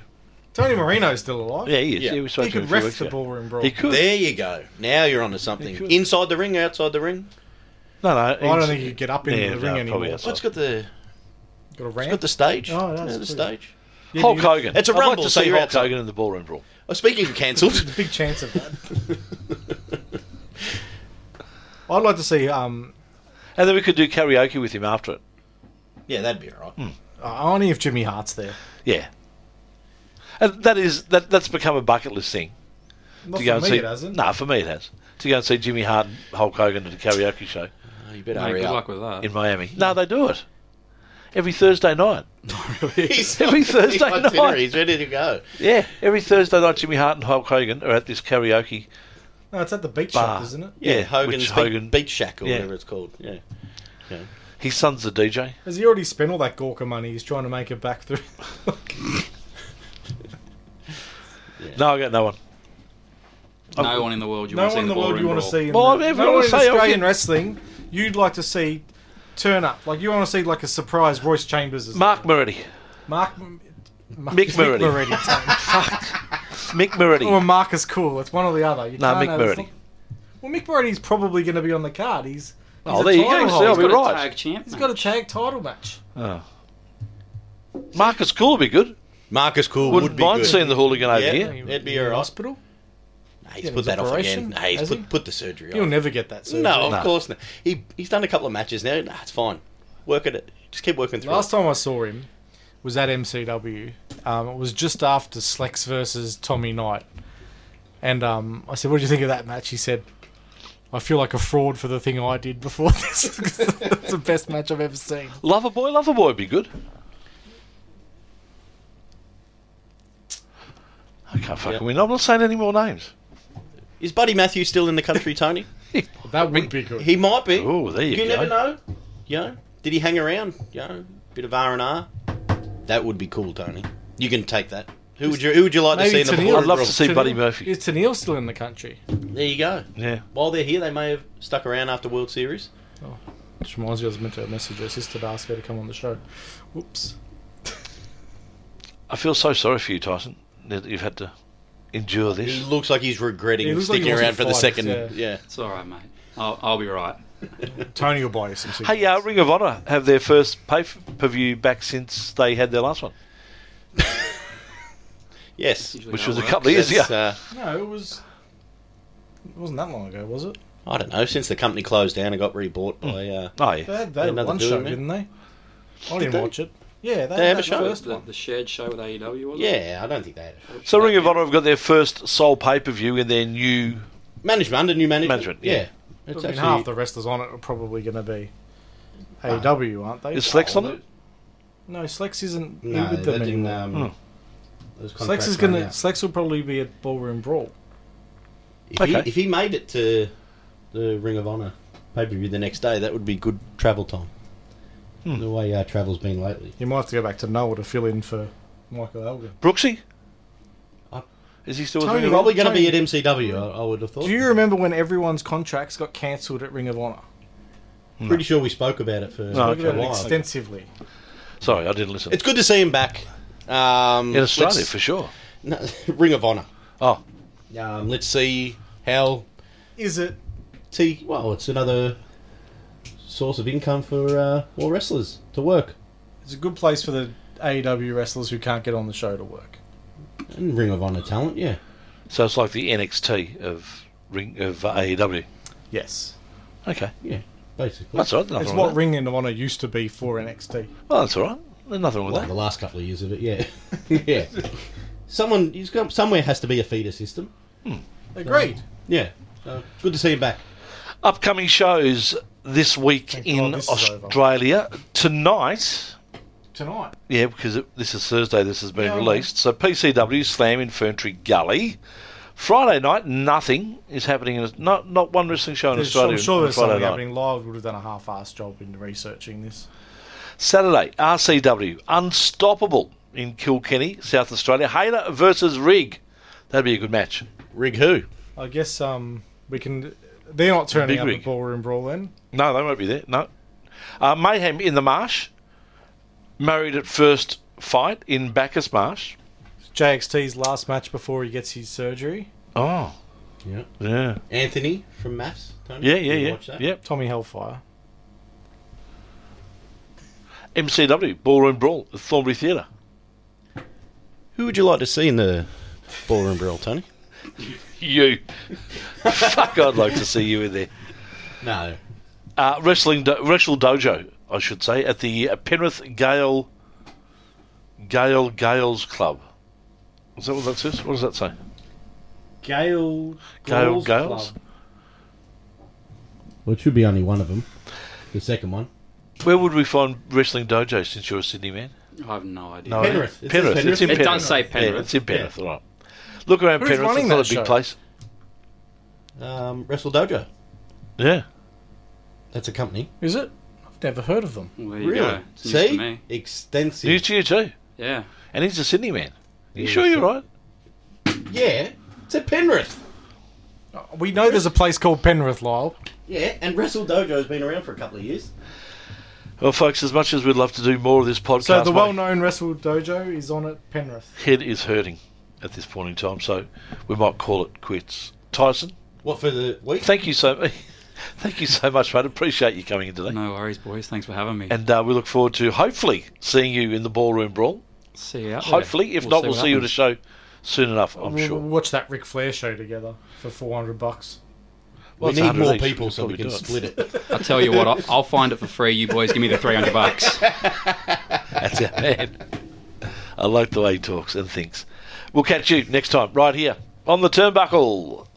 Speaker 2: Tony Marino's still alive.
Speaker 1: Yeah, he is.
Speaker 3: Yeah.
Speaker 1: Yeah, we spoke
Speaker 2: He
Speaker 1: to him a
Speaker 2: could
Speaker 1: few
Speaker 2: ref
Speaker 1: weeks
Speaker 2: the
Speaker 1: ago.
Speaker 2: ballroom brawl.
Speaker 1: He could.
Speaker 3: There you go. Now you're onto something.
Speaker 1: Because-
Speaker 3: Inside the ring, outside the ring.
Speaker 1: No, no.
Speaker 2: I don't
Speaker 1: he's-
Speaker 2: think he'd get up in
Speaker 1: Yeah,
Speaker 2: the
Speaker 1: no,
Speaker 2: ring
Speaker 1: probably
Speaker 2: anymore.
Speaker 1: outside.
Speaker 3: What's got the
Speaker 2: Got a
Speaker 3: it's
Speaker 2: ramp.
Speaker 3: got the stage?
Speaker 2: Oh,
Speaker 3: Yeah,
Speaker 2: that's
Speaker 3: the
Speaker 2: true.
Speaker 3: stage.
Speaker 2: Yeah,
Speaker 1: Hulk
Speaker 2: you-
Speaker 1: Hogan.
Speaker 3: It's a
Speaker 1: I'd like
Speaker 3: rumble,
Speaker 1: to
Speaker 3: so
Speaker 1: see
Speaker 3: you're
Speaker 1: Hulk
Speaker 3: outside.
Speaker 1: Hogan in the ballroom brawl.
Speaker 3: Oh, speaking of cancelled, <laughs>
Speaker 2: There's a big chance of that. <laughs> I'd like to see. Um,
Speaker 1: And then we could do karaoke with him after it.
Speaker 3: yeah, that'd be
Speaker 1: Hmm.
Speaker 3: alright.
Speaker 2: uh, I only if Jimmy Hart's there.
Speaker 1: Yeah. And that is that that's become a bucket list thing.
Speaker 2: Not
Speaker 1: to
Speaker 2: for
Speaker 1: go
Speaker 2: me,
Speaker 1: and see,
Speaker 2: it hasn't.
Speaker 1: No, for me it has. To go and see Jimmy Hart and Hulk Hogan at a karaoke show
Speaker 3: Oh, you better <laughs>
Speaker 4: Mate,
Speaker 3: hurry
Speaker 4: good
Speaker 3: up.
Speaker 4: luck with that.
Speaker 1: in Miami. No, they do it. every Thursday night.
Speaker 3: He's
Speaker 1: Every Thursday
Speaker 3: he's itinerary,
Speaker 1: night.
Speaker 3: He's ready to go.
Speaker 1: Yeah, every Thursday night, Jimmy Hart and Hulk Hogan are at this karaoke
Speaker 2: No, it's at the beach
Speaker 1: bar,
Speaker 2: shop, isn't it?
Speaker 3: Yeah,
Speaker 1: which
Speaker 3: Hogan's Beach-
Speaker 1: Hogan.
Speaker 3: Beach Shack or
Speaker 1: Yeah.
Speaker 3: whatever it's called. Yeah.
Speaker 1: His son's a DJ.
Speaker 2: Has he already spent all that Gawker money? He's trying to make it back through. <laughs>
Speaker 1: No, I got no one.
Speaker 4: No one in the world you
Speaker 2: no
Speaker 4: want to
Speaker 2: one in
Speaker 4: see.
Speaker 2: the world
Speaker 4: ballroom
Speaker 2: you want to
Speaker 4: brawl.
Speaker 2: see. In
Speaker 1: Well,
Speaker 2: the,
Speaker 1: if
Speaker 2: no
Speaker 1: I
Speaker 2: one in
Speaker 1: say I'll
Speaker 2: Australian
Speaker 1: get-
Speaker 2: wrestling. You'd like to see turn up. Like you want to see like a surprise Royce Chambers. Or
Speaker 1: Mark Moretti.
Speaker 2: something. Mark. Mark
Speaker 1: Mick Moretti. <laughs> Mick Moretti.
Speaker 2: or Marcus Cool. It's one or the other. You
Speaker 1: No, Mick
Speaker 2: can't have- it's
Speaker 1: Moretti.
Speaker 2: not- Well, Mick Morety's probably going to be on the card. He's, he's
Speaker 1: Oh,
Speaker 2: a
Speaker 1: there you go.
Speaker 2: title
Speaker 1: See, I'll
Speaker 2: holder.
Speaker 4: He's
Speaker 1: be
Speaker 4: got a
Speaker 1: right.
Speaker 4: tag champ.
Speaker 2: He's got a
Speaker 4: match.
Speaker 2: tag title match.
Speaker 1: Oh. Marcus Cool would be good.
Speaker 3: Marcus Cool
Speaker 1: Wouldn't
Speaker 3: would be
Speaker 1: mind
Speaker 3: good.
Speaker 1: seeing the hooligan over
Speaker 3: Yeah.
Speaker 1: here.
Speaker 2: He-
Speaker 3: It'd be
Speaker 2: he in
Speaker 3: alright.
Speaker 2: hospital.
Speaker 3: Nah, he's
Speaker 2: Yeah,
Speaker 3: put
Speaker 2: his
Speaker 3: that off
Speaker 2: operation,
Speaker 3: again. Nah, he's
Speaker 2: has
Speaker 3: put,
Speaker 2: he?
Speaker 3: put the surgery
Speaker 2: He'll
Speaker 3: on.
Speaker 2: never get that. Surgery.
Speaker 3: No, of
Speaker 1: No.
Speaker 3: course not. He he's done a couple of matches now. Nah, it's fine. Work at it. Just keep working through.
Speaker 2: Last
Speaker 3: it.
Speaker 2: time I saw him was at MCW. Um, it was just after Slex versus Tommy Knight. And um, I said, What do you think of that match? He said, I feel like a fraud for the thing I did before <laughs> this. That's the best match I've ever seen.
Speaker 1: Lover Boy, Lover Boy would be good. I can't fucking
Speaker 3: Yeah.
Speaker 1: win. I'm not saying any more names.
Speaker 3: Is Buddy Matthews still in
Speaker 2: <laughs>
Speaker 3: the country, Tony?
Speaker 2: That would be good.
Speaker 3: he might be.
Speaker 1: Oh, there you,
Speaker 3: you
Speaker 1: go.
Speaker 3: never know. You know, did he hang around? You know, bit of R and R. That would be cool, Tony. You can take that. Who would you Who would you like to
Speaker 2: Maybe
Speaker 3: see in the
Speaker 2: Tennille.
Speaker 3: ballroom?
Speaker 1: I'd love to
Speaker 3: brawl?
Speaker 1: see Buddy
Speaker 2: Tennille-
Speaker 1: Murphy.
Speaker 2: Is Tennille still in the country?
Speaker 3: There you go.
Speaker 1: Yeah.
Speaker 3: While they're here, they may have stuck around after World Series.
Speaker 2: Which reminds me, I was meant to message her sister to ask her to come on the show. Whoops.
Speaker 1: I feel so sorry for you, Tyson, that you've had to endure
Speaker 3: He
Speaker 1: this.
Speaker 3: looks like he's regretting
Speaker 2: He looks like he
Speaker 3: sticking
Speaker 2: wants
Speaker 3: around
Speaker 2: to
Speaker 3: for the
Speaker 2: fight,
Speaker 3: second.
Speaker 2: yeah.
Speaker 3: Yeah.
Speaker 4: It's all right, mate. I'll, I'll be right.
Speaker 2: Tony will buy you some
Speaker 1: Hey, uh, Ring of Honor have their first pay per view back since they had their last one,
Speaker 3: Yes.
Speaker 4: Usually
Speaker 1: which
Speaker 4: that
Speaker 1: was a
Speaker 4: works.
Speaker 1: couple of years ago.
Speaker 3: That's, uh,
Speaker 2: No, it was. It wasn't that long ago, was it?
Speaker 3: I don't know. Since the company closed down and got rebought by, uh,
Speaker 1: Oh, yeah.
Speaker 2: They had, they
Speaker 3: They had
Speaker 2: had
Speaker 3: another
Speaker 2: one
Speaker 3: do,
Speaker 2: show,
Speaker 3: didn't they?
Speaker 2: didn't they? I didn't
Speaker 3: they?
Speaker 2: watch it. Yeah, they,
Speaker 3: They
Speaker 2: had
Speaker 3: have a
Speaker 2: that
Speaker 3: show?
Speaker 2: First
Speaker 4: The,
Speaker 2: one.
Speaker 4: the shared show with AEW, was it?
Speaker 3: yeah, I don't think they had it.
Speaker 1: So Ring of Honor have got their first sole pay per view in their new.
Speaker 3: management under new management.
Speaker 1: Management, yeah.
Speaker 3: It's
Speaker 2: I mean,
Speaker 3: actually,
Speaker 2: half the wrestlers on it are probably going to be AEW, aren't they?
Speaker 1: Is Flex on it?
Speaker 2: No, Slex isn't
Speaker 3: no,
Speaker 2: with
Speaker 3: that
Speaker 2: them
Speaker 3: didn't,
Speaker 2: anymore.
Speaker 3: um,
Speaker 1: Hmm.
Speaker 3: those
Speaker 2: Slex
Speaker 3: contracts
Speaker 2: is going to.
Speaker 3: ran out.
Speaker 2: Slex will probably be at Ballroom Brawl.
Speaker 3: If,
Speaker 1: Okay.
Speaker 3: he, if he made it to the Ring of Honor pay per view the next day, that would be good travel time.
Speaker 1: Hmm.
Speaker 3: The way uh, travel's been lately.
Speaker 2: You might have to go back to Noel to fill in for Michael Elgin.
Speaker 1: Brooksy?
Speaker 3: Uh,
Speaker 1: Is he still with
Speaker 2: Tony
Speaker 1: Ring of Honor?
Speaker 3: Probably going to
Speaker 2: Tony-
Speaker 3: be at MCW, I, I would have thought.
Speaker 2: Do you remember when everyone's contracts got cancelled at Ring of Honor?
Speaker 3: Pretty sure we spoke about it for
Speaker 1: No,
Speaker 2: Look
Speaker 3: a
Speaker 2: at it
Speaker 3: while.
Speaker 2: extensively.
Speaker 1: Sorry, I didn't listen.
Speaker 3: It's good to see him back. Um,
Speaker 1: in Australia,
Speaker 3: let's-
Speaker 1: for sure.
Speaker 3: no, <laughs> Ring of Honor.
Speaker 1: Oh,
Speaker 3: Um, let's see how
Speaker 2: Is it?
Speaker 3: T. Well, it's another source of income for uh, more wrestlers to work.
Speaker 2: It's a good place for the AEW wrestlers who can't get on the show to work.
Speaker 3: And Ring of Honor talent, yeah.
Speaker 1: so it's like the NXT of Ring of AEW.
Speaker 2: Yes,
Speaker 1: Okay,
Speaker 3: Yeah, basically.
Speaker 1: that's all right. Nothing
Speaker 2: it's
Speaker 1: wrong
Speaker 2: what
Speaker 1: with
Speaker 2: Ring of Honor used to be for NXT.
Speaker 1: that. Well, that's all right. There's nothing wrong with
Speaker 3: Well, the last couple of years of it, yeah. <laughs> yeah. Someone, he's got, somewhere has to be a feeder system.
Speaker 2: Agreed.
Speaker 3: Yeah. So, good to see him back.
Speaker 1: that. Upcoming shows this week
Speaker 2: Thank
Speaker 1: in
Speaker 2: God this is over.
Speaker 1: Australia tonight.
Speaker 2: Tonight.
Speaker 1: Yeah, because it, this is Thursday. This has been
Speaker 2: Yeah, I know.
Speaker 1: released. So PCW Slam Infantry Gully. Friday night, nothing is happening. In, not not one wrestling show in
Speaker 2: There's-
Speaker 1: Australia.
Speaker 2: I'm sure
Speaker 1: on
Speaker 2: there's
Speaker 1: Friday
Speaker 2: something
Speaker 1: night.
Speaker 2: happening. Lyle would have done a half-assed job in researching this.
Speaker 1: Saturday, RCW, Unstoppable in Kilkenny, South Australia. Hayler versus Rig. That'd be a good match.
Speaker 3: Rig who?
Speaker 2: I guess um, we can. They're not turning
Speaker 1: Big
Speaker 2: up
Speaker 1: rig.
Speaker 2: at Ballroom Brawl then.
Speaker 1: No, they won't be there. No. Uh, Mayhem in the Marsh. Married at First Fight in Bacchus Marsh.
Speaker 2: It's JXT's last match before he gets his surgery.
Speaker 1: Oh,
Speaker 3: Yeah.
Speaker 1: yeah.
Speaker 3: Anthony from Maths. Tony?
Speaker 1: Yeah,
Speaker 3: Did you
Speaker 1: yeah,
Speaker 3: watch
Speaker 1: yeah.
Speaker 3: that?
Speaker 1: Yep.
Speaker 2: Tommy Hellfire.
Speaker 1: MCW, Ballroom Brawl at Thornbury Theatre.
Speaker 3: Who would you like to see in the ballroom brawl, Tony?
Speaker 1: You. <laughs> Fuck, I'd like to see you in there.
Speaker 3: No.
Speaker 1: Uh, wrestling do- Wrestle Dojo, I should say, at the uh, Penrith Gale Gale Gales Club. Is that what that says? What does that say?
Speaker 2: Gale.
Speaker 1: Gale Gales?
Speaker 3: Well, it should be only one of them. The second one.
Speaker 1: Where would we find Wrestling Dojo since you're a Sydney man?
Speaker 4: I have no idea.
Speaker 1: No
Speaker 3: Penrith.
Speaker 1: idea.
Speaker 3: It says
Speaker 1: Penrith.
Speaker 3: Penrith.
Speaker 1: It's in
Speaker 4: It
Speaker 1: Penrith.
Speaker 4: does say Penrith.
Speaker 1: Yeah, it's in Penrith. All right. Look around
Speaker 5: Who's
Speaker 1: Penrith.
Speaker 5: running
Speaker 1: It's not a
Speaker 5: that
Speaker 1: big
Speaker 5: show?
Speaker 1: place.
Speaker 3: Um, Wrestle Dojo.
Speaker 1: Yeah.
Speaker 3: That's a company.
Speaker 5: Is it? I've never heard of them.
Speaker 4: Well, there you go. It's news to
Speaker 3: See?
Speaker 4: me.
Speaker 3: Extensive.
Speaker 1: News to you too.
Speaker 4: Yeah.
Speaker 1: And he's a Sydney man. You
Speaker 3: Yeah,
Speaker 1: sure
Speaker 3: so-
Speaker 1: you're right?
Speaker 3: Yeah. It's at Penrith.
Speaker 2: We know there's a place called Penrith, Lyle.
Speaker 3: Yeah, and Wrestle Dojo's been around for a couple of years.
Speaker 1: Well, folks, as much as we'd love to do more of this podcast,
Speaker 2: So the
Speaker 1: my
Speaker 2: well-known Wrestle Dojo is on at Penrith.
Speaker 1: head is hurting at this point in time, so we might call it quits. Tyson,
Speaker 3: What for the week?
Speaker 1: thank you so <laughs> much. Thank you so much, mate. Appreciate you coming in today.
Speaker 4: No worries, boys. Thanks for having me.
Speaker 1: And uh, we look forward to hopefully seing you in the ballroom brawl.
Speaker 4: see you out there.
Speaker 1: Hopefully, if not, we'll
Speaker 4: what
Speaker 1: see you at a
Speaker 4: happens.
Speaker 1: show soon enough. I'm
Speaker 2: we'll,
Speaker 1: sure.
Speaker 2: <laughs> we'll watch that Ric Flair show together for 400 bucks.
Speaker 1: Well,
Speaker 3: we
Speaker 1: it's
Speaker 3: need
Speaker 1: 100
Speaker 3: more
Speaker 1: each.
Speaker 3: people
Speaker 1: We'll
Speaker 3: so we
Speaker 1: probably
Speaker 3: can
Speaker 1: do it. <laughs>
Speaker 3: split it.
Speaker 4: I'll tell you what, I'll, I'll find it for free. You boys give me the
Speaker 1: <laughs>
Speaker 4: 300 bucks.
Speaker 1: That's our man. I like the way he talks and thinks. We'll catch you next time right here on the turnbuckle.